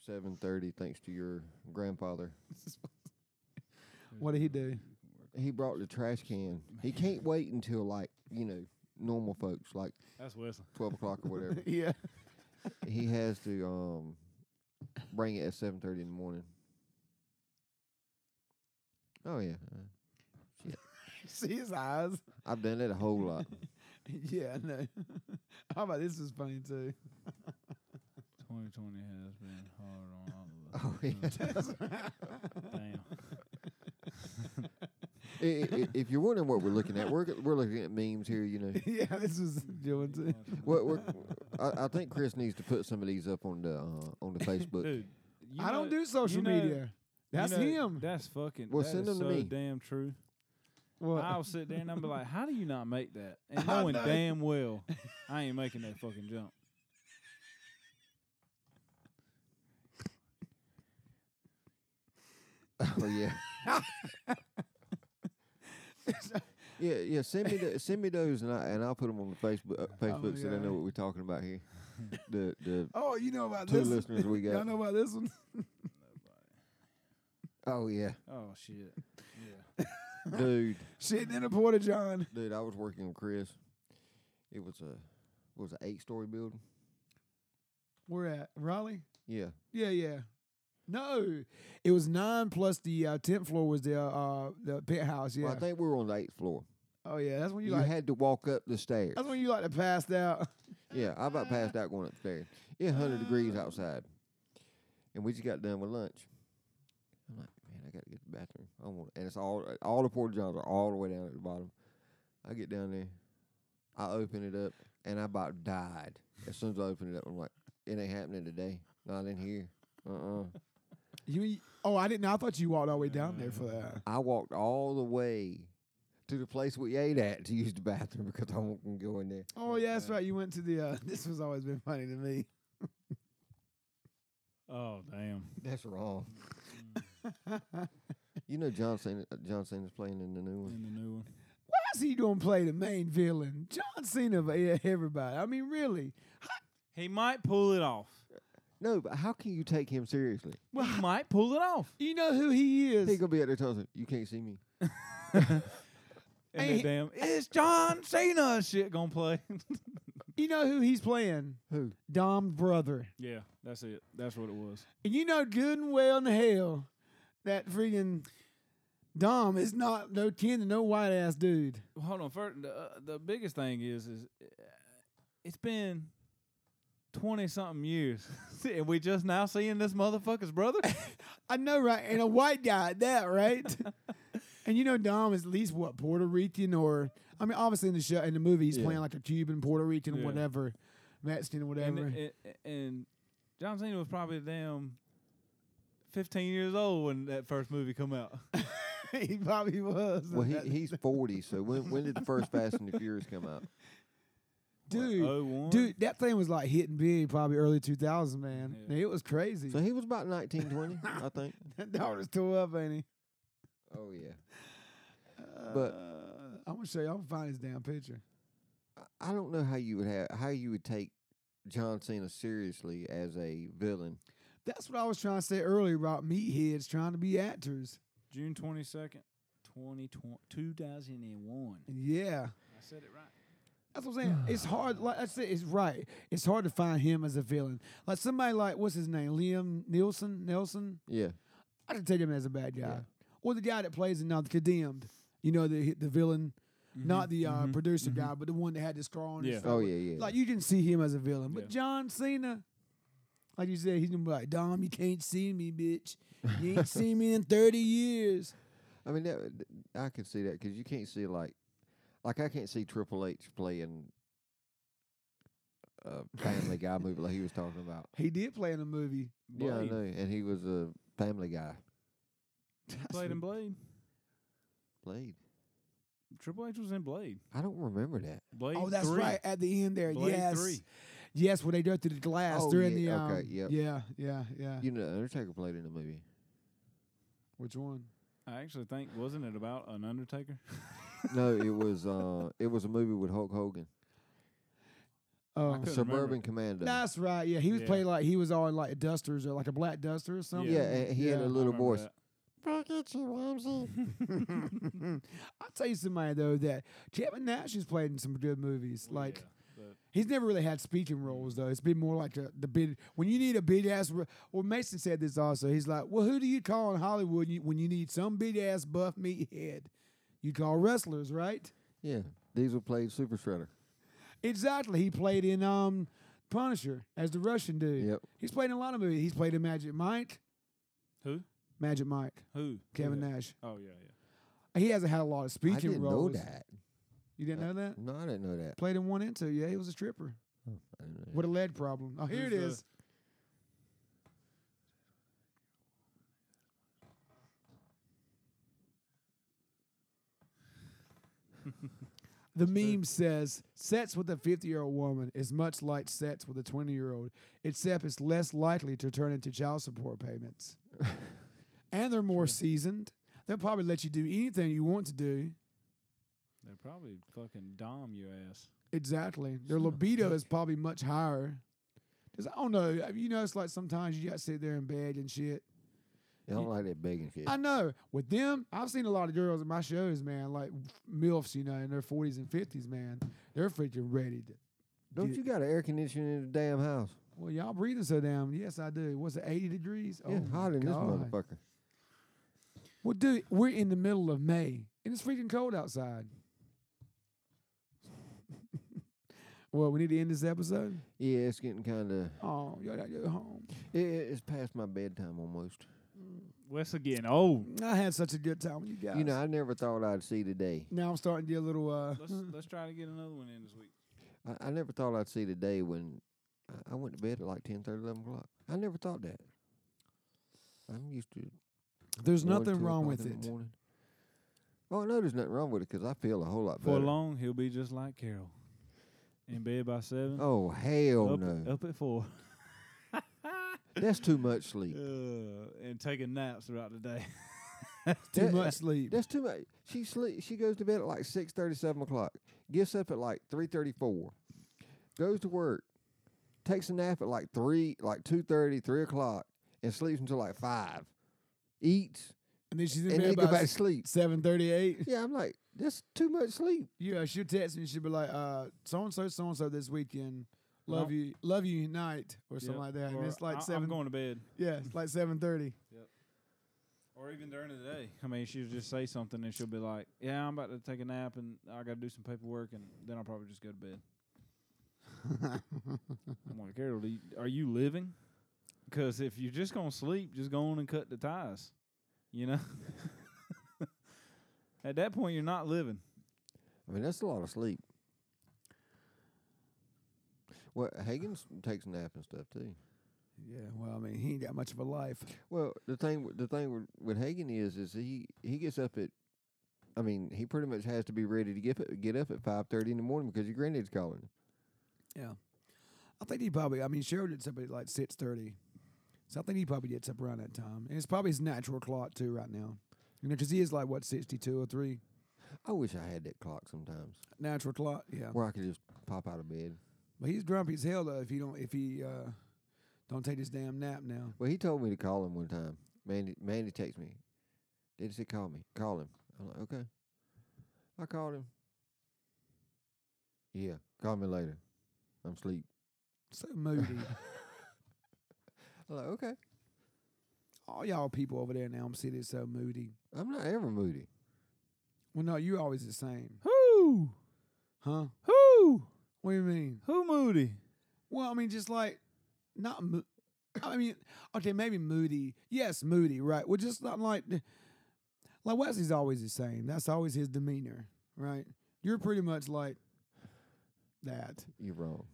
A: seven thirty, thanks to your grandfather.
C: What did he do?
A: He brought the trash can. He can't wait until like you know normal folks like
B: That's Wesley.
A: twelve o'clock or whatever.
C: yeah.
A: he has to um bring it at seven thirty in the morning. Oh yeah, uh,
C: See his eyes.
A: I've done that a whole lot.
C: Yeah, I know. How about this was funny too?
B: 2020 has been hard on all
A: Oh yeah.
B: of us. Damn.
A: I- i- i- if you're wondering what we're looking at, we're g- we're looking at memes here. You know,
C: yeah, this was doing too.
A: what we're. I, I think Chris needs to put some of these up on the uh, on the Facebook.
B: Dude, you
C: I don't
B: know-
C: do social
B: you know-
C: media.
B: you
C: That's
B: know,
C: him.
B: That's fucking.
A: Well,
B: that
A: send
B: is
A: them to
B: so
A: me.
B: damn true.
C: What?
B: I'll sit there and I'll be like, "How do you not make that?" And
C: I
B: knowing
C: know.
B: damn well, I ain't making that fucking jump.
A: oh yeah. Yeah, yeah. Send me the, send me those, and I and I'll put them on the Facebook uh, Facebook so they
C: Oh, yeah.
A: know what we're talking about here. the the
C: oh, you know about
A: two
C: this? one.
A: listeners we
C: Y'all
A: got.
C: know about this one?
A: Oh yeah,
B: Oh shit. Yeah.
A: dude.
C: Shitting in a porta john.
A: Dude, I was working with Chris. It was a what was an eight story building.
C: We're at Raleigh.
A: Yeah,
C: Yeah, yeah. No, it was nine plus the uh, tenth floor was the uh, the penthouse. Yeah.
A: Well, I think we were on the eighth floor.
C: oh yeah, that's when
A: You,
C: you, like.
A: had to walk up the stairs.
C: that's when you like to pass out.
A: yeah, I about passed out going upstairs. It hundred degrees outside, and we just got done with lunch. I'm like, man, I got to get to the bathroom. I want, and it's all all the porta johns are all the way down at the bottom. I get down there, I open it up, and I about died as soon as I opened it up. I'm like, it ain't happening today. Not in here. uh uh
C: You? Oh, I didn't. know. I thought you walked all the way down there for that.
A: I walked all the way to the place we ate at to use the bathroom because I wasn't going to go in there.
C: Oh yeah, that's right. You went to the. Uh, this was always been funny to me.
B: Oh damn.
A: That's wrong. Mm. you know John Cena, uh, John Cena's playing in the new one.
B: In the new one.
C: How's he gonna play the main villain? John Cena of e- everybody. I mean, really.
B: He might pull it off.
A: No, but how can you take him seriously?
B: Well, he might pull it off.
C: You know who he
A: He
C: is.
A: gonna be out there telling us, you can't see me.
B: And that
C: Ain't-
B: damn, it's John Cena shit gonna play.
C: You know who he's playing.
A: Who?
C: Dom's brother.
B: yeah, that's it. That's what it was.
C: And you know good and well in hell that freaking Dom is not no kin to no white ass dude.
B: Well, Hold on. First, the, uh, the biggest thing is, is uh, it's been twenty something years, and we just now seeing this motherfucker's brother.
C: I know, right? And a white guy at that, right? and you know, Dom is at least what Puerto Rican or I mean, obviously in the show in the movie he's
A: Yeah.
C: playing like a Cuban, Puerto Rican,
B: Yeah.
C: whatever, Mexican,
B: and,
C: whatever.
B: and, and John Cena was probably damn fifteen years old when that first movie come out.
C: he probably was.
A: Well, he, he's forty. So when when did the first Fast and the Furious come out?
C: dude,
B: Oh one.
C: dude, that thing was like hitting big probably early 2000, man.
B: Yeah.
C: It was crazy.
A: So he was about nineteen twenty, I think.
C: that dog was tore up, ain't he?
A: Oh yeah. But-
C: Uh, I'm gonna show you. I'm gonna find his damn picture.
A: I- I don't know how you would have how you would take John Cena seriously as a villain.
C: That's what I was trying to say earlier about meatheads trying to be actors.
B: June twenty second, 2001.
C: Yeah,
B: I said it right.
C: that's what I'm saying. it's hard. Like I said, it's right. It's hard to find him as a villain. Like somebody like what's his name, Liam Nielsen. Nelson.
A: Yeah.
C: I can take him as a bad guy,
A: Yeah.
C: or the guy that plays in uh, the condemned. You know, the the villain, not the uh,
B: mhm,
C: producer guy, but the one that had the scar on
B: Yeah.
C: his face.
A: Oh yeah, yeah.
C: Like you didn't see him as a villain, but
B: Yeah.
C: John Cena, like you said, he's gonna be like, "Dom, you can't see me, bitch. You ain't seen me in thirty years."
A: I mean, that, th- I can see that because you can't see like, like I can't see Triple H playing a Family Guy movie like he was talking about.
C: He did play in a movie.
A: Yeah, I
B: Blade.
A: know, and he was a Family Guy.
B: Played in Blade.
A: Blade.
B: Triple H was in Blade.
A: I don't remember that.
B: Blade.
C: oh, that's
B: three.
C: right. At the end there,
B: Blade
C: yes,
B: three.
C: yes, when they go through the glass,
A: Oh,
C: they're in the
A: yeah,
C: um,
A: okay, yep.
C: yeah, yeah, yeah.
A: You know, Undertaker played in the movie.
C: Which one?
B: I actually think wasn't it about an Undertaker?
A: no, it was uh, it was a movie with Hulk Hogan,
B: couldn't
C: Oh,
B: remember.
A: Suburban Commando.
C: that's right. Yeah, he was
B: Yeah.
C: playing like he was on like dusters or like a black duster or something.
A: Yeah, and he had
C: Yeah,
A: a
C: I
A: little
B: Remember
A: voice.
B: that.
A: Back at you, Ramsey.
C: I'll tell you somebody though that Kevin Nash has played in some good movies.
B: Well,
C: like
B: Oh, yeah, but-
C: He's never really had speaking roles though. It's been more like a, the big when you need a big ass. r- Well, Mason said this also. He's like, well, who do you call in Hollywood you, when you need some big ass buff meathead? You call wrestlers, right?
A: Yeah, Diesel played Super Shredder.
C: Exactly. He played in um Punisher as the Russian dude.
A: Yep.
C: He's played in a lot of movies. He's played in Magic Mike.
B: Who?
C: Magic Mike.
B: Who?
C: Kevin
B: yeah.
C: Nash.
B: Oh yeah, yeah.
C: He hasn't had a lot of speaking
A: I didn't
C: roles.
A: know that.
C: You didn't know that?
A: No, I didn't know that.
C: Played in one and two. Yeah, he was a stripper
A: I didn't know that.
C: with a lead problem. Oh, here it
B: Who's the-
C: is. The meme says sex with a 50 year old woman is much like sex with a 20 year old, except it's less likely to turn into child support payments. and they're more seasoned. They'll probably let you do anything you want to do.
B: They probably fucking dom your ass.
C: Exactly. Their libido is probably much higher. Because I don't know. uh, You know, it's like sometimes you got to sit there and beg and shit.
A: I don't like that begging shit.
C: I know. With them, I've seen a lot of girls in my shows, man, like MILFs, you know, in their 40s and 50s, man. They're freaking ready. To,
A: Don't
C: Get-
A: you got an air conditioner in the damn house?
C: well, y'all breathing so damn. Yes, I do. What's it, 80 degrees?
A: yeah,
C: Oh my
A: hot in this
C: God.
A: motherfucker.
C: Well, dude, we're in the middle of May and it's freaking cold outside. well, we need to end this episode.
A: Yeah, it's getting kind of.
C: Oh, y'all gotta go home.
A: It, it's past my bedtime almost.
B: Wes again. Oh,
C: I had such a good time with you guys.
A: You know, I never thought I'd see the day.
C: Now I'm starting to get a little. Uh,
B: let's let's try to get another one in this week.
A: I, I never thought I'd see the day when I, I went to bed at like 10, 11 o'clock. I never thought that. I'm used to.
C: there's
A: one,
C: nothing
A: two
C: wrong
A: o'clock
C: with
A: in the
C: it.
A: morning. Oh, I know there's nothing wrong with it because I feel a whole lot
B: For
A: better.
B: long, he'll be just like Carol, in bed by seven.
A: oh hell
B: up,
A: no,
B: Up at four.
A: that's too much sleep.
B: Uh, and taking naps throughout the day.
C: Too
A: That-
C: much sleep.
A: That's too much. She sleep. She goes to bed at like six thirty, seven o'clock. Gets up at like three thirty four. Goes to work. takes a nap at like three, like two thirty, three o'clock, and sleeps until like five. Eats
C: And then she's in
A: and then
C: bed
A: go back
C: by
A: to sleep.
C: seven thirty-eight.
A: Yeah, I'm like, that's too much sleep.
C: Yeah, she'll text me. She'll be like, uh, "So and so, so and so this weekend. Love
B: No.
C: you, love you night, or something
B: Yep.
C: like that."
B: Or
C: and it's like
B: I,
C: seven.
B: I'm going to bed,
C: yeah, it's like seven thirty.
B: or even during the day. I mean, she'll just say something, and she'll be like, "Yeah, I'm about to take a nap, and I got to do some paperwork, and then I'll probably just go to bed." I'm like, Carol, do you, are you living? Because if you're just gonna sleep, just go on and cut the ties. You know. At that point, you're not living.
A: I mean, that's a lot of sleep. Well, Hagen's takes a nap and stuff too.
C: Yeah, well, I mean, he ain't got much of a life.
A: Well, the thing, with- the thing with, with Hagen is, is he he gets up at, I mean, he pretty much has to be ready to get up- get up at five thirty in the morning because your granddad's calling. him.
C: Yeah, I think he probably. I mean, Cheryl gets up at like six thirty, so I think he probably gets up around that time, and it's probably his natural clock too right now. You know, because he is like what sixty-two or three
A: I wish I had that clock sometimes,
C: natural clock. Yeah,
A: where I could just pop out of bed.
C: but he's grumpy as hell though if he don't if he uh don't take this damn nap now.
A: Well, he told me to call him one time. Mandy, Mandy texted me. Did he say call me? Call him. I'm like, okay. I called him. Yeah, call me later. I'm asleep.
C: So moody.
A: I'm like, okay.
C: All y'all people over there in Elm City is so moody.
A: I'm not ever moody.
C: Well, no, you always the same,
B: Who?
C: huh?
B: Who?
C: What do you mean?
B: Who moody?
C: Well, I mean, just like not. Mo- I mean, okay, maybe moody. Yes, moody. Right. Well, just not like like Wesley's always the same. That's always his demeanor. Right. You're pretty much like that.
A: You're wrong.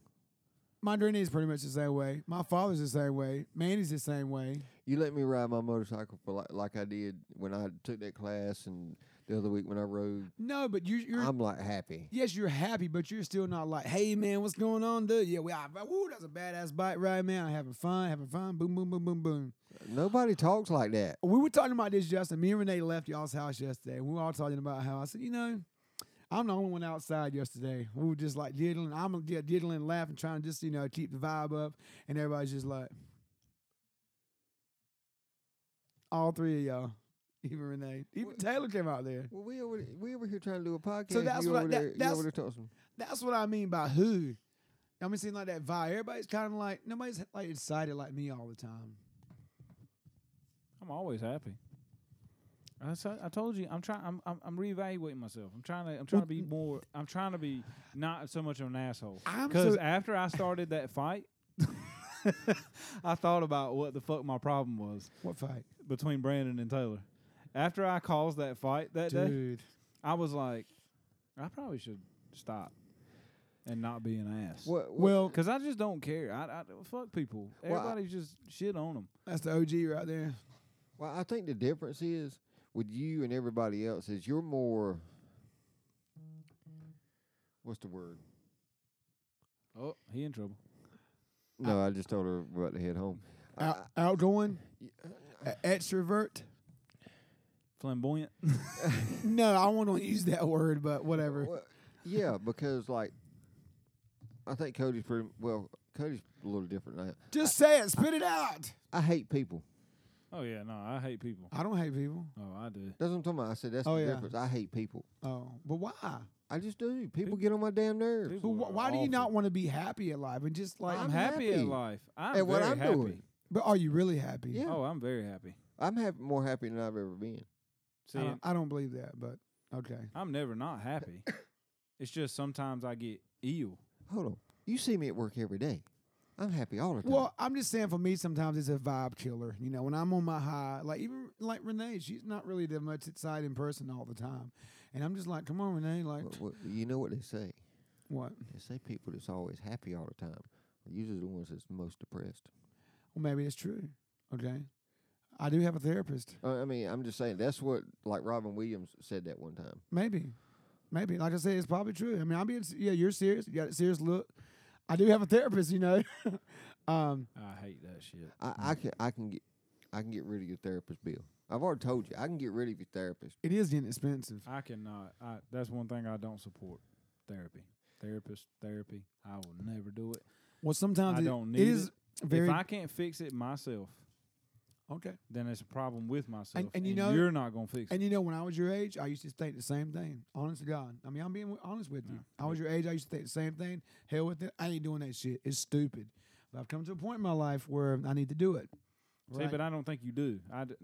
C: My granny is pretty much the same way. My father's the same way. Manny's the same way.
A: You let me ride my motorcycle for like, like I did when I took that class and the other week when I rode.
C: No, but you, you're
A: I'm like happy.
C: Yes, you're happy, but you're still not like, hey man, what's going on, dude? Yeah, we, I, woo, that's a badass bike ride, man. I'm having fun, having fun. Boom, boom, boom, boom, boom.
A: Nobody talks like that.
C: We were talking about this yesterday. Me and Renee left y'all's house yesterday, and we were all talking about how I said, you know, I'm the only one outside yesterday. We were just like diddling. I'm yeah, diddling, laughing, trying to just you know keep the vibe up, and everybody's just like, all three of y'all, even Renee, even
A: What-
C: Taylor came out there.
A: Well, we over we over here trying to do a podcast.
C: that's
A: you
C: what I-
A: over
C: that-
A: there, you
C: that's-
A: over there talking.
C: That's what I mean by who. I mean, seem like that vibe. Everybody's kind of like nobody's like excited like me all the time.
B: I'm always happy. I, s- I told you I'm trying. I'm, I'm I'm reevaluating myself. I'm trying to. I'm trying to be more. I'm trying to be not so much of an asshole.
C: I'm
B: Because
C: so-
B: after I started that fight, I thought about what the fuck my problem was
C: What fight,
B: between Brandon and Taylor. After I caused that fight that day,
C: dude?
B: I was like, I probably should stop and not be an ass.
A: What, what,
C: Well,
B: Because I just don't care. I, I fuck people.
A: Well, I-
B: Everybody just shit on them.
C: that's the OG right there.
A: Well, I think the difference is with you and everybody else is you're more. What's the word?
B: Oh, he in trouble.
A: No, I just told her about to head home.
C: Out, outgoing, A- extrovert.
B: Flamboyant.
C: No, I won't wanna use that word, but whatever.
A: Well, yeah, because like, I think Cody's pretty well. Cody's a little different now.
C: Just say it, spit it out.
A: I hate people.
B: Oh yeah, no, I hate people.
C: I don't hate people.
B: Oh, I do.
A: That's what I'm talking about. I said that's
C: Oh,
A: the
C: yeah.
A: difference. I hate people.
C: Oh, but why?
A: I just do. People, get on my damn nerves.
C: But wh- why do you not want to be happy at life and just like?
B: I'm
A: I'm
B: happy
A: happy.
B: in life. I'm
A: And what
B: very
A: I'm
B: happy.
A: doing.
C: But are you really happy?
A: Yeah.
B: Oh, I'm very happy.
A: I'm happy, more happy than I've ever been.
B: See,
C: I don't, I don't believe that, but okay.
B: I'm never not happy. it's just sometimes I get ill.
A: Hold on. You see me at work every day. I'm happy all the time.
C: Well, I'm just saying for me, sometimes it's a vibe killer. You know, when I'm on my high, like even like Renee, she's not really that much exciting person all the time. And I'm just like, come on, Renee, like,
A: Well, well, you know what they say.
C: what?
A: They say people that's always happy all the time are usually the ones that's most depressed.
C: Well, maybe it's true. Okay. I do have a therapist.
A: Uh, I I mean, I'm just saying that's what like Robin Williams said that one time.
C: Maybe. Maybe. Like I said, it's probably true. I mean, I'm being, s- yeah, you're serious. You got a serious look. I do have a therapist, you know. um,
B: I hate that shit.
A: I,
C: Mm-hmm.
A: I can I can get I can get rid of your therapist bill. I've already told you I can get rid of your therapist.
C: it is getting expensive.
B: I cannot. I that's one thing I don't support. Therapy. Therapist, therapy. I will never do it.
C: Well, sometimes
B: I
C: it-
B: don't
C: it
B: need
C: is
B: it.
C: very
B: if I can't fix it myself,
C: okay.
B: then it's a problem with myself.
C: and you know-
B: you're not gonna fix it.
C: And you know, when I was your age, I used to think the same thing. Honest to God, I mean, I'm being honest with you. I was your age, I used to think the same thing. Hell with it, I ain't doing that shit. It's stupid. But I've come to a point in my life where I need to do it.
B: See, but I don't think you do. I d-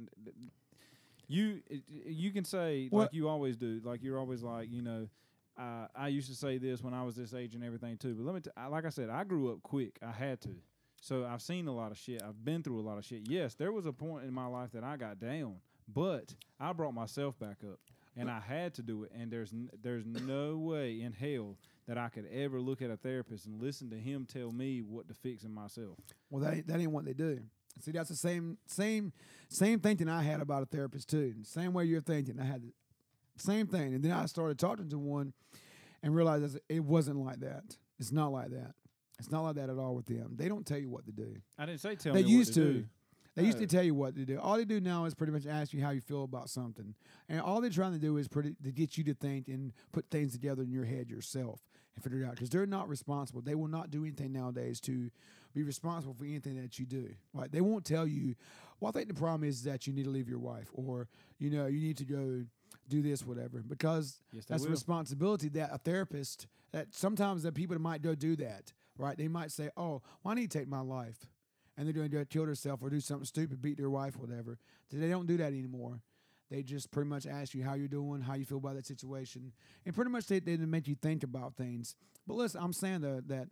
B: you it- you can say
C: Well-
B: like you always do. Like you're always like you know. Uh, I used to say this when I was this age and everything too. But let me, t- I- like I said, I grew up quick. I had to. So I've seen a lot of shit. I've been through a lot of shit. Yes, there was a point in my life that I got down, but I brought myself back up, and I had to do it. And there's n- there's no way in hell that I could ever look at a therapist and listen to him tell me what to fix in myself.
C: Well, that ain't, that ain't what they do. See, that's the same same same thinking I had about a therapist too. And same way you're thinking, I had the same thing, and then I started talking to one, and realized it's- it wasn't like that. It's not like that. It's not like that at all with them. They don't tell you what to do.
B: I didn't say tell
C: They
B: me
C: used
B: what to,
C: to.
B: do.
C: They used to
B: No.
C: tell you what to do. All they do now is pretty much ask you how you feel about something, and all they're trying to do is pretty to get you to think and put things together in your head yourself and figure it out. Because they're not responsible. They will not do anything nowadays to be responsible for anything that you do. Like they won't tell you. Well, I think the problem is that you need to leave your wife, or you know, you need to go do this, whatever, because
B: Yes, they
C: that's a
B: will.
C: responsibility that a therapist. That sometimes that people that might go do that, right? They might say, "Oh, well, I need to take my life." and they're going to kill herself or do something stupid, beat their wife, whatever. They don't do that anymore. They just pretty much ask you how you're doing, how you feel about that situation, and pretty much they, they make you think about things. But listen, I'm saying though that,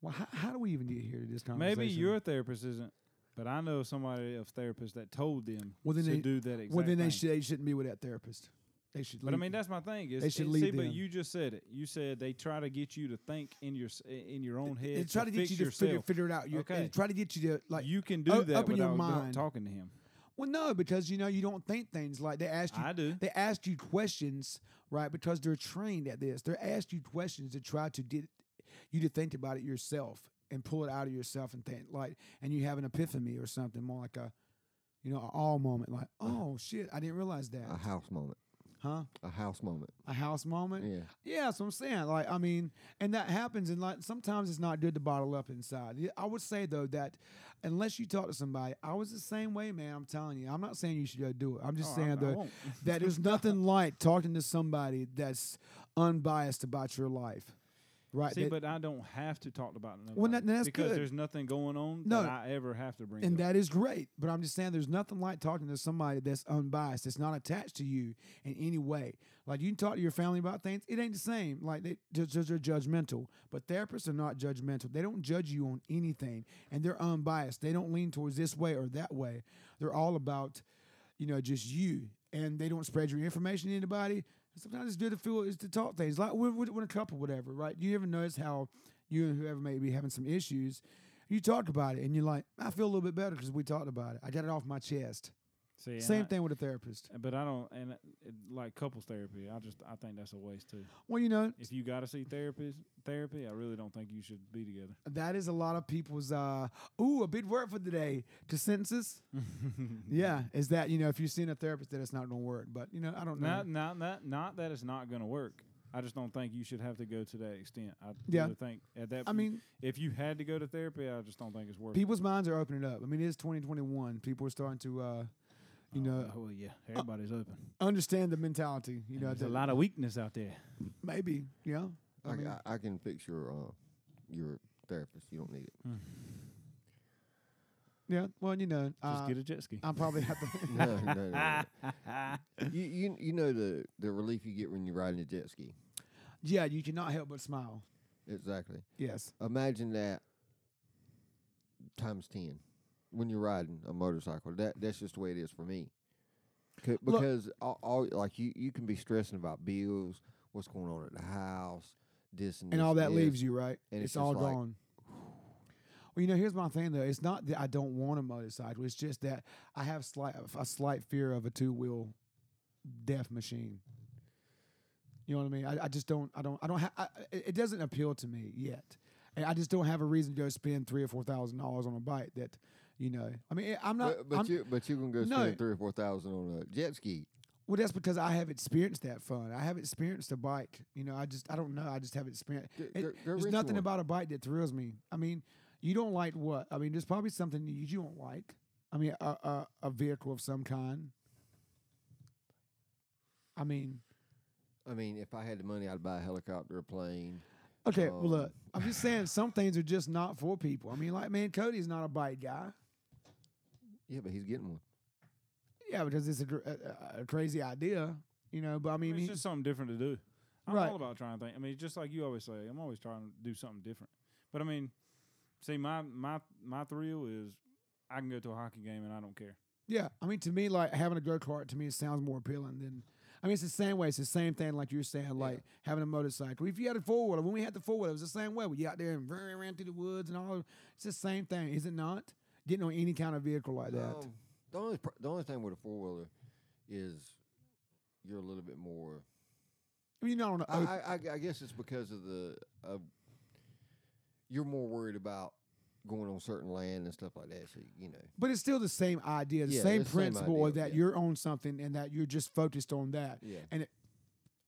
C: well, how, how do we even get here to this conversation?
B: Maybe your therapist isn't, but I know somebody of therapists that told them
C: Well, then
B: to
C: they-
B: do that exact
C: well, then they,
B: thing.
C: should, they shouldn't be with that therapist. They should.
B: But I
C: leave.
B: mean, that's my thing. Is
C: They should
B: it-
C: leave
B: see, but
C: them.
B: you just said it. You said they try to get you to think in your s- in your own head.
C: they try to get
B: fix
C: you to
B: yourself.
C: figure, figure it out. You
B: Okay.
C: okay. try to get you to like.
B: you can do
C: o-
B: that
C: up in your
B: without not
C: mind.
B: talking to him.
C: well, no, because you know you don't think things like they ask you
B: I do.
C: they ask you questions, right? Because they're trained at this. They're asked you questions to try to get you to think about it yourself and pull it out of yourself and think like, and you have an epiphany or something more like a, you know, an all moment, like, oh shit, I didn't realize that,
A: A house moment.
C: huh?
A: A house moment.
C: A house moment.
A: Yeah.
C: Yeah, that's what I'm saying. Like, I mean, and that happens, and like sometimes it's not good to bottle up inside. Yeah, I would say though that unless you talk to somebody, I was the same way, man. I'm telling you, I'm not saying you should go do it. I'm just
B: Oh, I-
C: saying
B: I
C: though
B: won't.
C: that there's nothing like talking to somebody that's unbiased about your life, right?
B: See,
C: That-
B: but I don't have to talk about it.
C: Well, that- that's
B: because
C: good.
B: there's nothing going on
C: No.
B: that I ever have to bring.
C: and
B: up.
C: that is great. But I'm just saying, there's nothing like talking to somebody that's unbiased, that's not attached to you in any way. Like you can talk to your family about things; it ain't the same. Like they just they're judgmental, but therapists are not judgmental. They don't judge you on anything, and they're unbiased. They don't lean towards this way or that way. They're all about, you know, just you, and they don't spread your information to anybody. Sometimes it's good to feel is to talk things like when, when when a couple, whatever, right? You ever notice how you and whoever may be having some issues, you talk about it, and you're like, I feel a little bit better because we talked about it. I got it off my chest.
B: See, and
C: Same
B: I-
C: thing with a therapist.
B: But I don't and uh, it, like couples therapy. I just I think that's a waste too.
C: Well, you know,
B: If you got to see therapist therapy, I really don't think you should be together.
C: that is a lot of people's uh ooh a big word for today consensus. yeah, is that you know if you're seeing a therapist that it's not going to work, but you know I don't know.
B: Not not that not that it's not going to work. I just don't think you should have to go to that extent. I
C: Yeah.
B: really think at that.
C: I mean,
B: if you had to go to therapy, I just don't think it's worth. it.
C: people's minds are opening up. I mean, it's 2021. People are starting to, uh, you know,
B: oh yeah, everybody's open.
C: understand the mentality. You
B: You
C: know,
B: know, there's a
C: that
B: lot of weakness out there.
C: maybe, you know. I
A: I,
C: mean-
A: I, I can fix your uh, your therapist. You don't need it.
C: Yeah, well, you know,
B: Just
C: uh,
B: get a jet ski.
C: I probably have to.
A: No, no, no, no. you, you you know the the relief you get when you're riding a jet ski.
C: yeah, you cannot help but smile.
A: Exactly.
C: Yes.
A: Imagine that times ten when you're riding a motorcycle. That that's just the way it is for me. 'Cause-
C: Look-
A: Because all, all like you you can be stressing about bills, what's going on at the house, this and
C: And
A: this
C: all that
A: this.
C: leaves you, right?
A: And
C: it's
A: it's
C: all
A: just like-
C: gone. Well, you know, here's my thing though. It's not that I don't want a motorcycle. It's just that I have slight a slight fear of a two wheel death machine. You know what I mean? I, I just don't. I don't. I don't. Ha- I, I- it doesn't appeal to me yet, and I just don't have a reason to go spend three or four thousand dollars on a bike. That you know, I mean, I'm not.
A: But, but
C: I'm-
A: you but you can go
C: No.
A: spend three or four thousand on a jet ski.
C: Well, that's because I have experienced that fun. I have experienced a bike. You know, I just I don't know. I just have experienced.
A: Go- go-
C: It,
A: go
C: there's
A: rent
C: nothing
A: one.
C: about a bike that thrills me. I mean, you don't like what? I mean, there's probably something that you don't like. I mean, a, a, a vehicle of some kind. I mean,
A: I mean, if I had the money, I'd buy a helicopter, a plane.
C: okay.
A: Um,
C: well, look, I'm just saying some things are just not for people. I mean, like man, Cody's not a bike guy.
A: Yeah, but he's getting one.
C: Yeah, because it's a, gr- a, a- a crazy idea, you know. But I mean,
B: it's
C: he-
B: just something different to do. I'm
C: Right.
B: all about trying things. I mean, just like you always say, I'm always trying to do something different. But I mean, see, my my my thrill is I can go to a hockey game and I don't care.
C: Yeah, I mean, to me, like having a go kart to me, it sounds more appealing than. I mean, it's the same way. It's the same thing, like you're saying, like having a motorcycle. If you had a four wheeler, when we had the four wheeler, it was the same way. We out there and ran, ran through the woods and all. It's the same thing, is it not? Getting on any kind of vehicle like that.
A: Um, the only pr- the only thing with a four wheeler is you're a little bit more.
C: I mean, you're not on
A: I,
C: a.
A: I, I- I guess it's because of the of you're more worried about going on certain land and stuff like that. So you know,
C: But it's still the same idea, the
A: Yeah,
C: same
A: it's the same
C: principle
A: idea,
C: that
A: yeah.
C: you're on something and that you're just focused on that.
A: Yeah.
C: And it,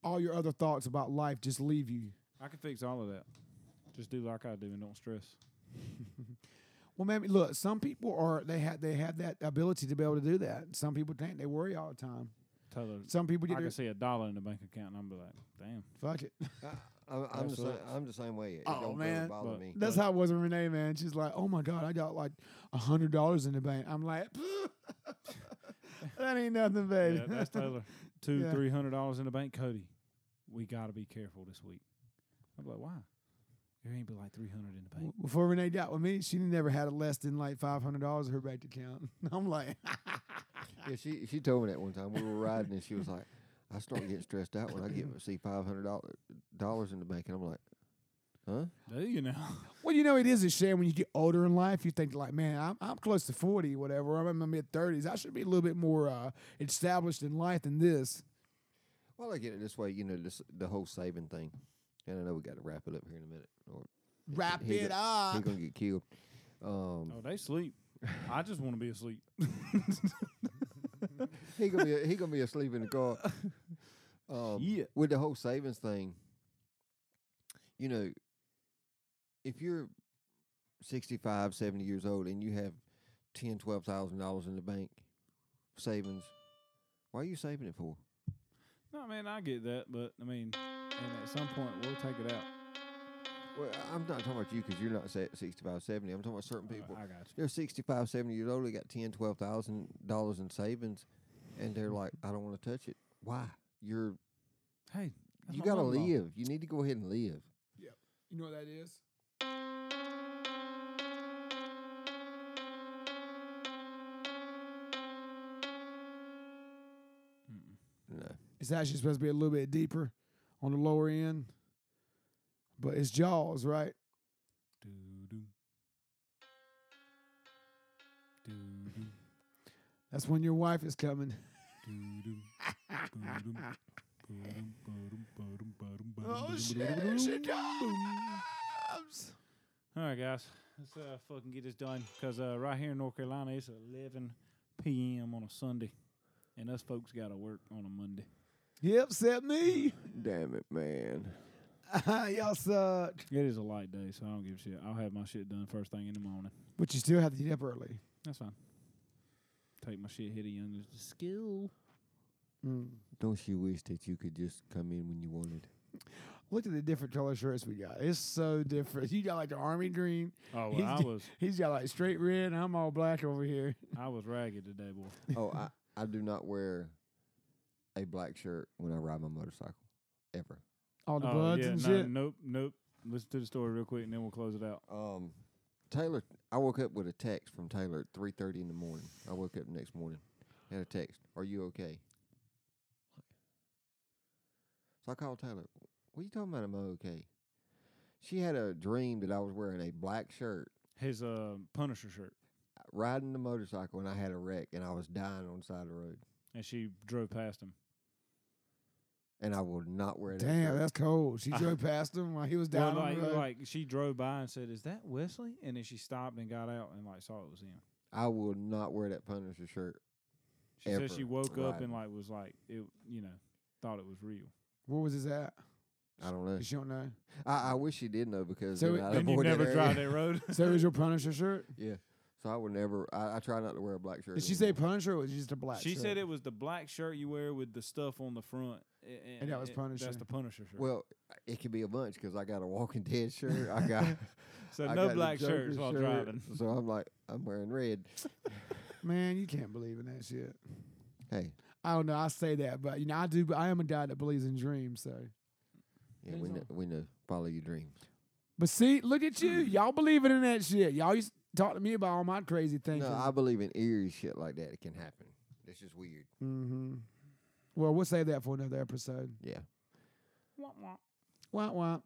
C: all your other thoughts about life just leave you.
B: I can fix all of that. Just do like I do and don't stress.
C: Well, man, look, some people are they have they have that ability to be able to do that. Some people can't. They worry all the time.
B: Taylor,
C: Some people
B: I
C: get
B: can
C: their,
B: see a dollar in the bank account and I'm be like, damn.
C: fuck it.
A: I, I, I'm the same.
B: Absolutely.
A: I'm the same way. It
C: Oh,
A: don't
C: man.
A: really bother
B: But-
A: me.
C: That's how it was with Renee, man. She's like, "Oh my god, I got like a hundred dollars in the bank." I'm like, "That ain't nothing, baby."
B: Yeah, that's Taylor. Two,
C: Yeah.
B: three hundred dollars in the bank. Cody, we got to be careful this week. I'm like, why? There ain't but like three hundred in the bank.
C: Before Renee got with me, she never had less than like five hundred dollars in her bank account. I'm like,
A: Yeah, she she told me that one time we were riding, and she was like, "I start getting stressed out when I get see five hundred dollars in the bank," and I'm like, "Huh?
B: Do you know?
C: "Well, you know, it is a shame when you get older in life. You think like, man, I'm, I'm close to forty, whatever. I'm in my mid thirties. I should be a little bit more uh, established in life than this."
A: Well, I get it this way, you know, this the whole saving thing." And I know we got to wrap it up here in a minute, or
C: Wrap
A: he
C: it
A: go-
C: up.
A: he's gonna get killed. Um,
B: Oh, they sleep. I just want to be asleep.
A: he gonna be he gonna be asleep in the car. Um,
B: Yeah.
A: With the whole savings thing, you know, if you're 65, 70 years old and you have ten, twelve thousand dollars in the bank savings, why are you saving it for?
B: No, man, I get that, but I mean, and at some point we'll take it out.
A: Well, I'm not talking about you because you're not sa- 65, 70. I'm talking about certain
B: Uh,
A: people.
B: I got you.
A: They're 65, 70 years old. They got ten, twelve thousand dollars in savings, and they're like, I don't want to touch it. Why? You're
B: Hey, that's
A: you
B: my
A: got to
B: mother-in-law.
A: live. You need to go ahead and live.
C: You know what that is?
A: No.
C: It's actually supposed to be a little bit deeper on the lower end, but it's jaws, right?
B: Doo-doo. Doo-doo.
C: That's when your wife is coming.
B: Doo-doo. Ba-dum. Ba-dum, ba-dum, ba-dum, ba-dum, ba-dum,
C: Oh
B: ba-dum,
C: shit!
B: ba-dum, ba-dum.
C: She dives.
B: All right, guys, let's uh, fucking get this done because uh, right here in North Carolina it's 11 p.m. on a Sunday, and us folks got to work on a Monday.
C: You upset me.
A: Damn it, man.
C: Y'all suck.
B: It is a light day, so I don't give a shit. I'll have my shit done first thing in the morning.
C: But you still have to get up early.
B: That's fine. Take my shit, hit a young as skill.
C: Mm.
A: Don't you wish that you could just come in when you wanted?
C: Look at the different color shirts we got. It's so different. You got like the army green.
B: Oh, well,
C: He's
B: I
C: d-
B: was
C: He's got like straight red. I'm all black over here.
B: I was ragged today, boy.
A: oh, I, I do not wear a black shirt when I ride my motorcycle, ever.
C: All the
B: oh,
C: buds
B: yeah,
C: and
B: no,
C: shit.
B: nope, nope. Listen to the story real quick, and then we'll close it out.
A: Um, Taylor, I woke up with a text from Taylor at three thirty in the morning. I woke up the next morning, had a text. Are you okay? So I called Taylor. What are you talking about? Am I okay? She had a dream that I was wearing a black shirt
B: His uh, Punisher shirt,
A: riding the motorcycle and I had a wreck and I was dying on the side of the road.
B: and she drove past him.
A: And I will not wear that.
C: Damn,
A: shirt.
C: that's cold. She drove past him while he was
B: Well,
C: down on
B: like,
C: the road.
B: like she drove by and said, "Is that Wesley?" And then she stopped and got out and like saw it was him.
A: I will not wear that Punisher shirt
B: She said she
A: Ever.
B: woke up
A: Right.
B: and like was like it, you know, thought it was real.
C: Where was this at?
A: I
B: Uh,
A: don't know.
C: She don't know.
A: I, I wish she did know because
C: So
A: then
C: it-
A: I'd
B: Then you
A: avoid that
B: never
A: area.
B: drive that road.
C: So it was your Punisher shirt?
A: Yeah. So I would never. I, I try not to wear a black shirt.
C: Did she say
A: anymore.
C: Punisher or was it just a black
B: she
C: shirt?
B: said it was the black shirt you wear with the stuff on the front, a- and,
C: that was
B: it-
C: Punisher.
B: That's the Punisher shirt.
A: Well, it could be a bunch because I got a Walking Dead shirt. I got
B: so
A: I got
B: no
A: the
B: black shirts
A: Joker
B: while
A: shirt,
B: driving.
A: So I'm like, I'm wearing red.
C: Man, you can't believe in that shit.
A: Hey,
C: I don't know. I say that, but you know, I do. But I am a guy that believes in dreams. So,
A: yeah, we
B: Depends
A: know, we know. Follow your dreams.
C: but see, look at you. Y'all believing in that shit. Y'all used to talk to me about all my crazy things.
A: No, I believe in eerie shit like that. It can happen. It's just weird.
C: mm-hmm. Well, we'll save that for another episode.
A: Yeah.
C: Wah wah.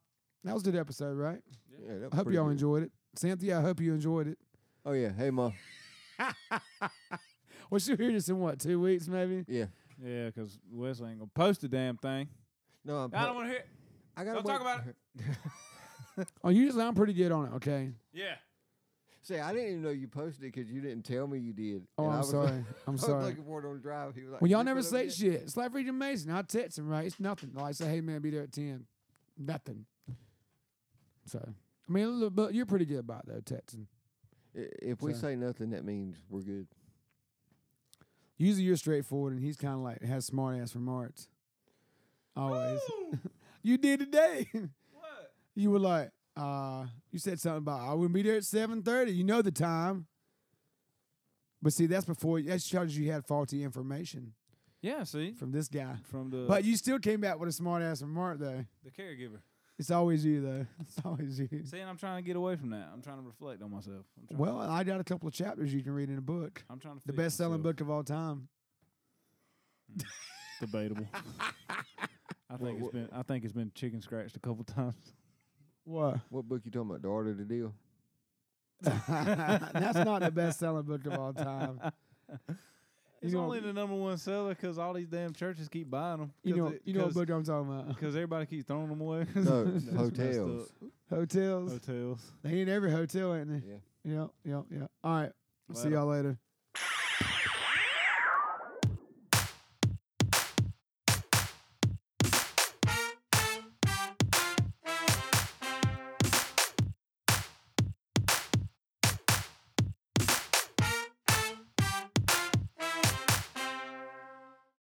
C: That was a good episode, right?
A: yeah that was
C: I hope
A: pretty
C: y'all
A: good.
C: enjoyed it. Cynthia, I hope you enjoyed it.
A: Oh yeah. Hey, ma.
C: Well, she'll hear this in what two weeks, maybe.
A: Yeah.
B: Yeah, because Wesley ain't gonna post the damn thing.
A: No, I'm.
B: I don't want to hear. it.
A: I gotta
B: don't talk
A: wait-
B: about it.
C: Oh, usually I'm pretty good on it. Okay.
B: Yeah.
A: See, I didn't even know you posted it because you didn't tell me you did.
C: Oh,
A: And I
C: I'm
A: was like-
C: sorry. I'm
A: I was
C: sorry.
A: looking for it on the drive. He was like,
C: Well, y'all
A: "Did you
C: never
A: put it up
C: say
A: yet?"
C: shit. It's like Regent Mason. I text him, right? It's nothing. Like, I say, hey, man, be there at 10. Nothing. So, I mean, a little, but you're pretty good about it, though, texting.
A: I- If we
C: So-
A: say nothing, that means we're good.
C: Usually you're straightforward, and he's kind of like, has smart ass remarks. Always. you did today.
B: What?
C: you were like, uh, you said something about, I wouldn't be there at 7.30. You know the time. But see, that's before, that shows you had faulty information
B: Yeah. See,
C: from this guy.
B: from the
C: But you still came back with a smart ass remark, though.
B: the caregiver.
C: It's always you though. It's always you.
B: See, and I'm trying to get away from that. I'm trying to reflect on myself. I'm trying
C: Well, I got a couple of chapters you can read in a book.
B: I'm trying to
C: The
B: fix
C: best selling
B: myself.
C: book of all time.
B: Debatable. I think it's been I think it's been chicken scratched a couple times.
C: What?
A: What book you talking about? The Art of the Deal?
C: That's not the best selling book of all time.
B: It's
C: know-
B: only the number one seller because all these damn churches keep buying them.
C: You know you know what book I'm talking about.
B: Because everybody keeps throwing them away.
A: No,
B: That's messed
A: hotels.
B: up.
C: Hotels.
B: Hotels.
C: They ain't every hotel, ain't they?
A: Yeah.
C: Yep, yep, yep. All right. See
B: Later.
C: y'all later.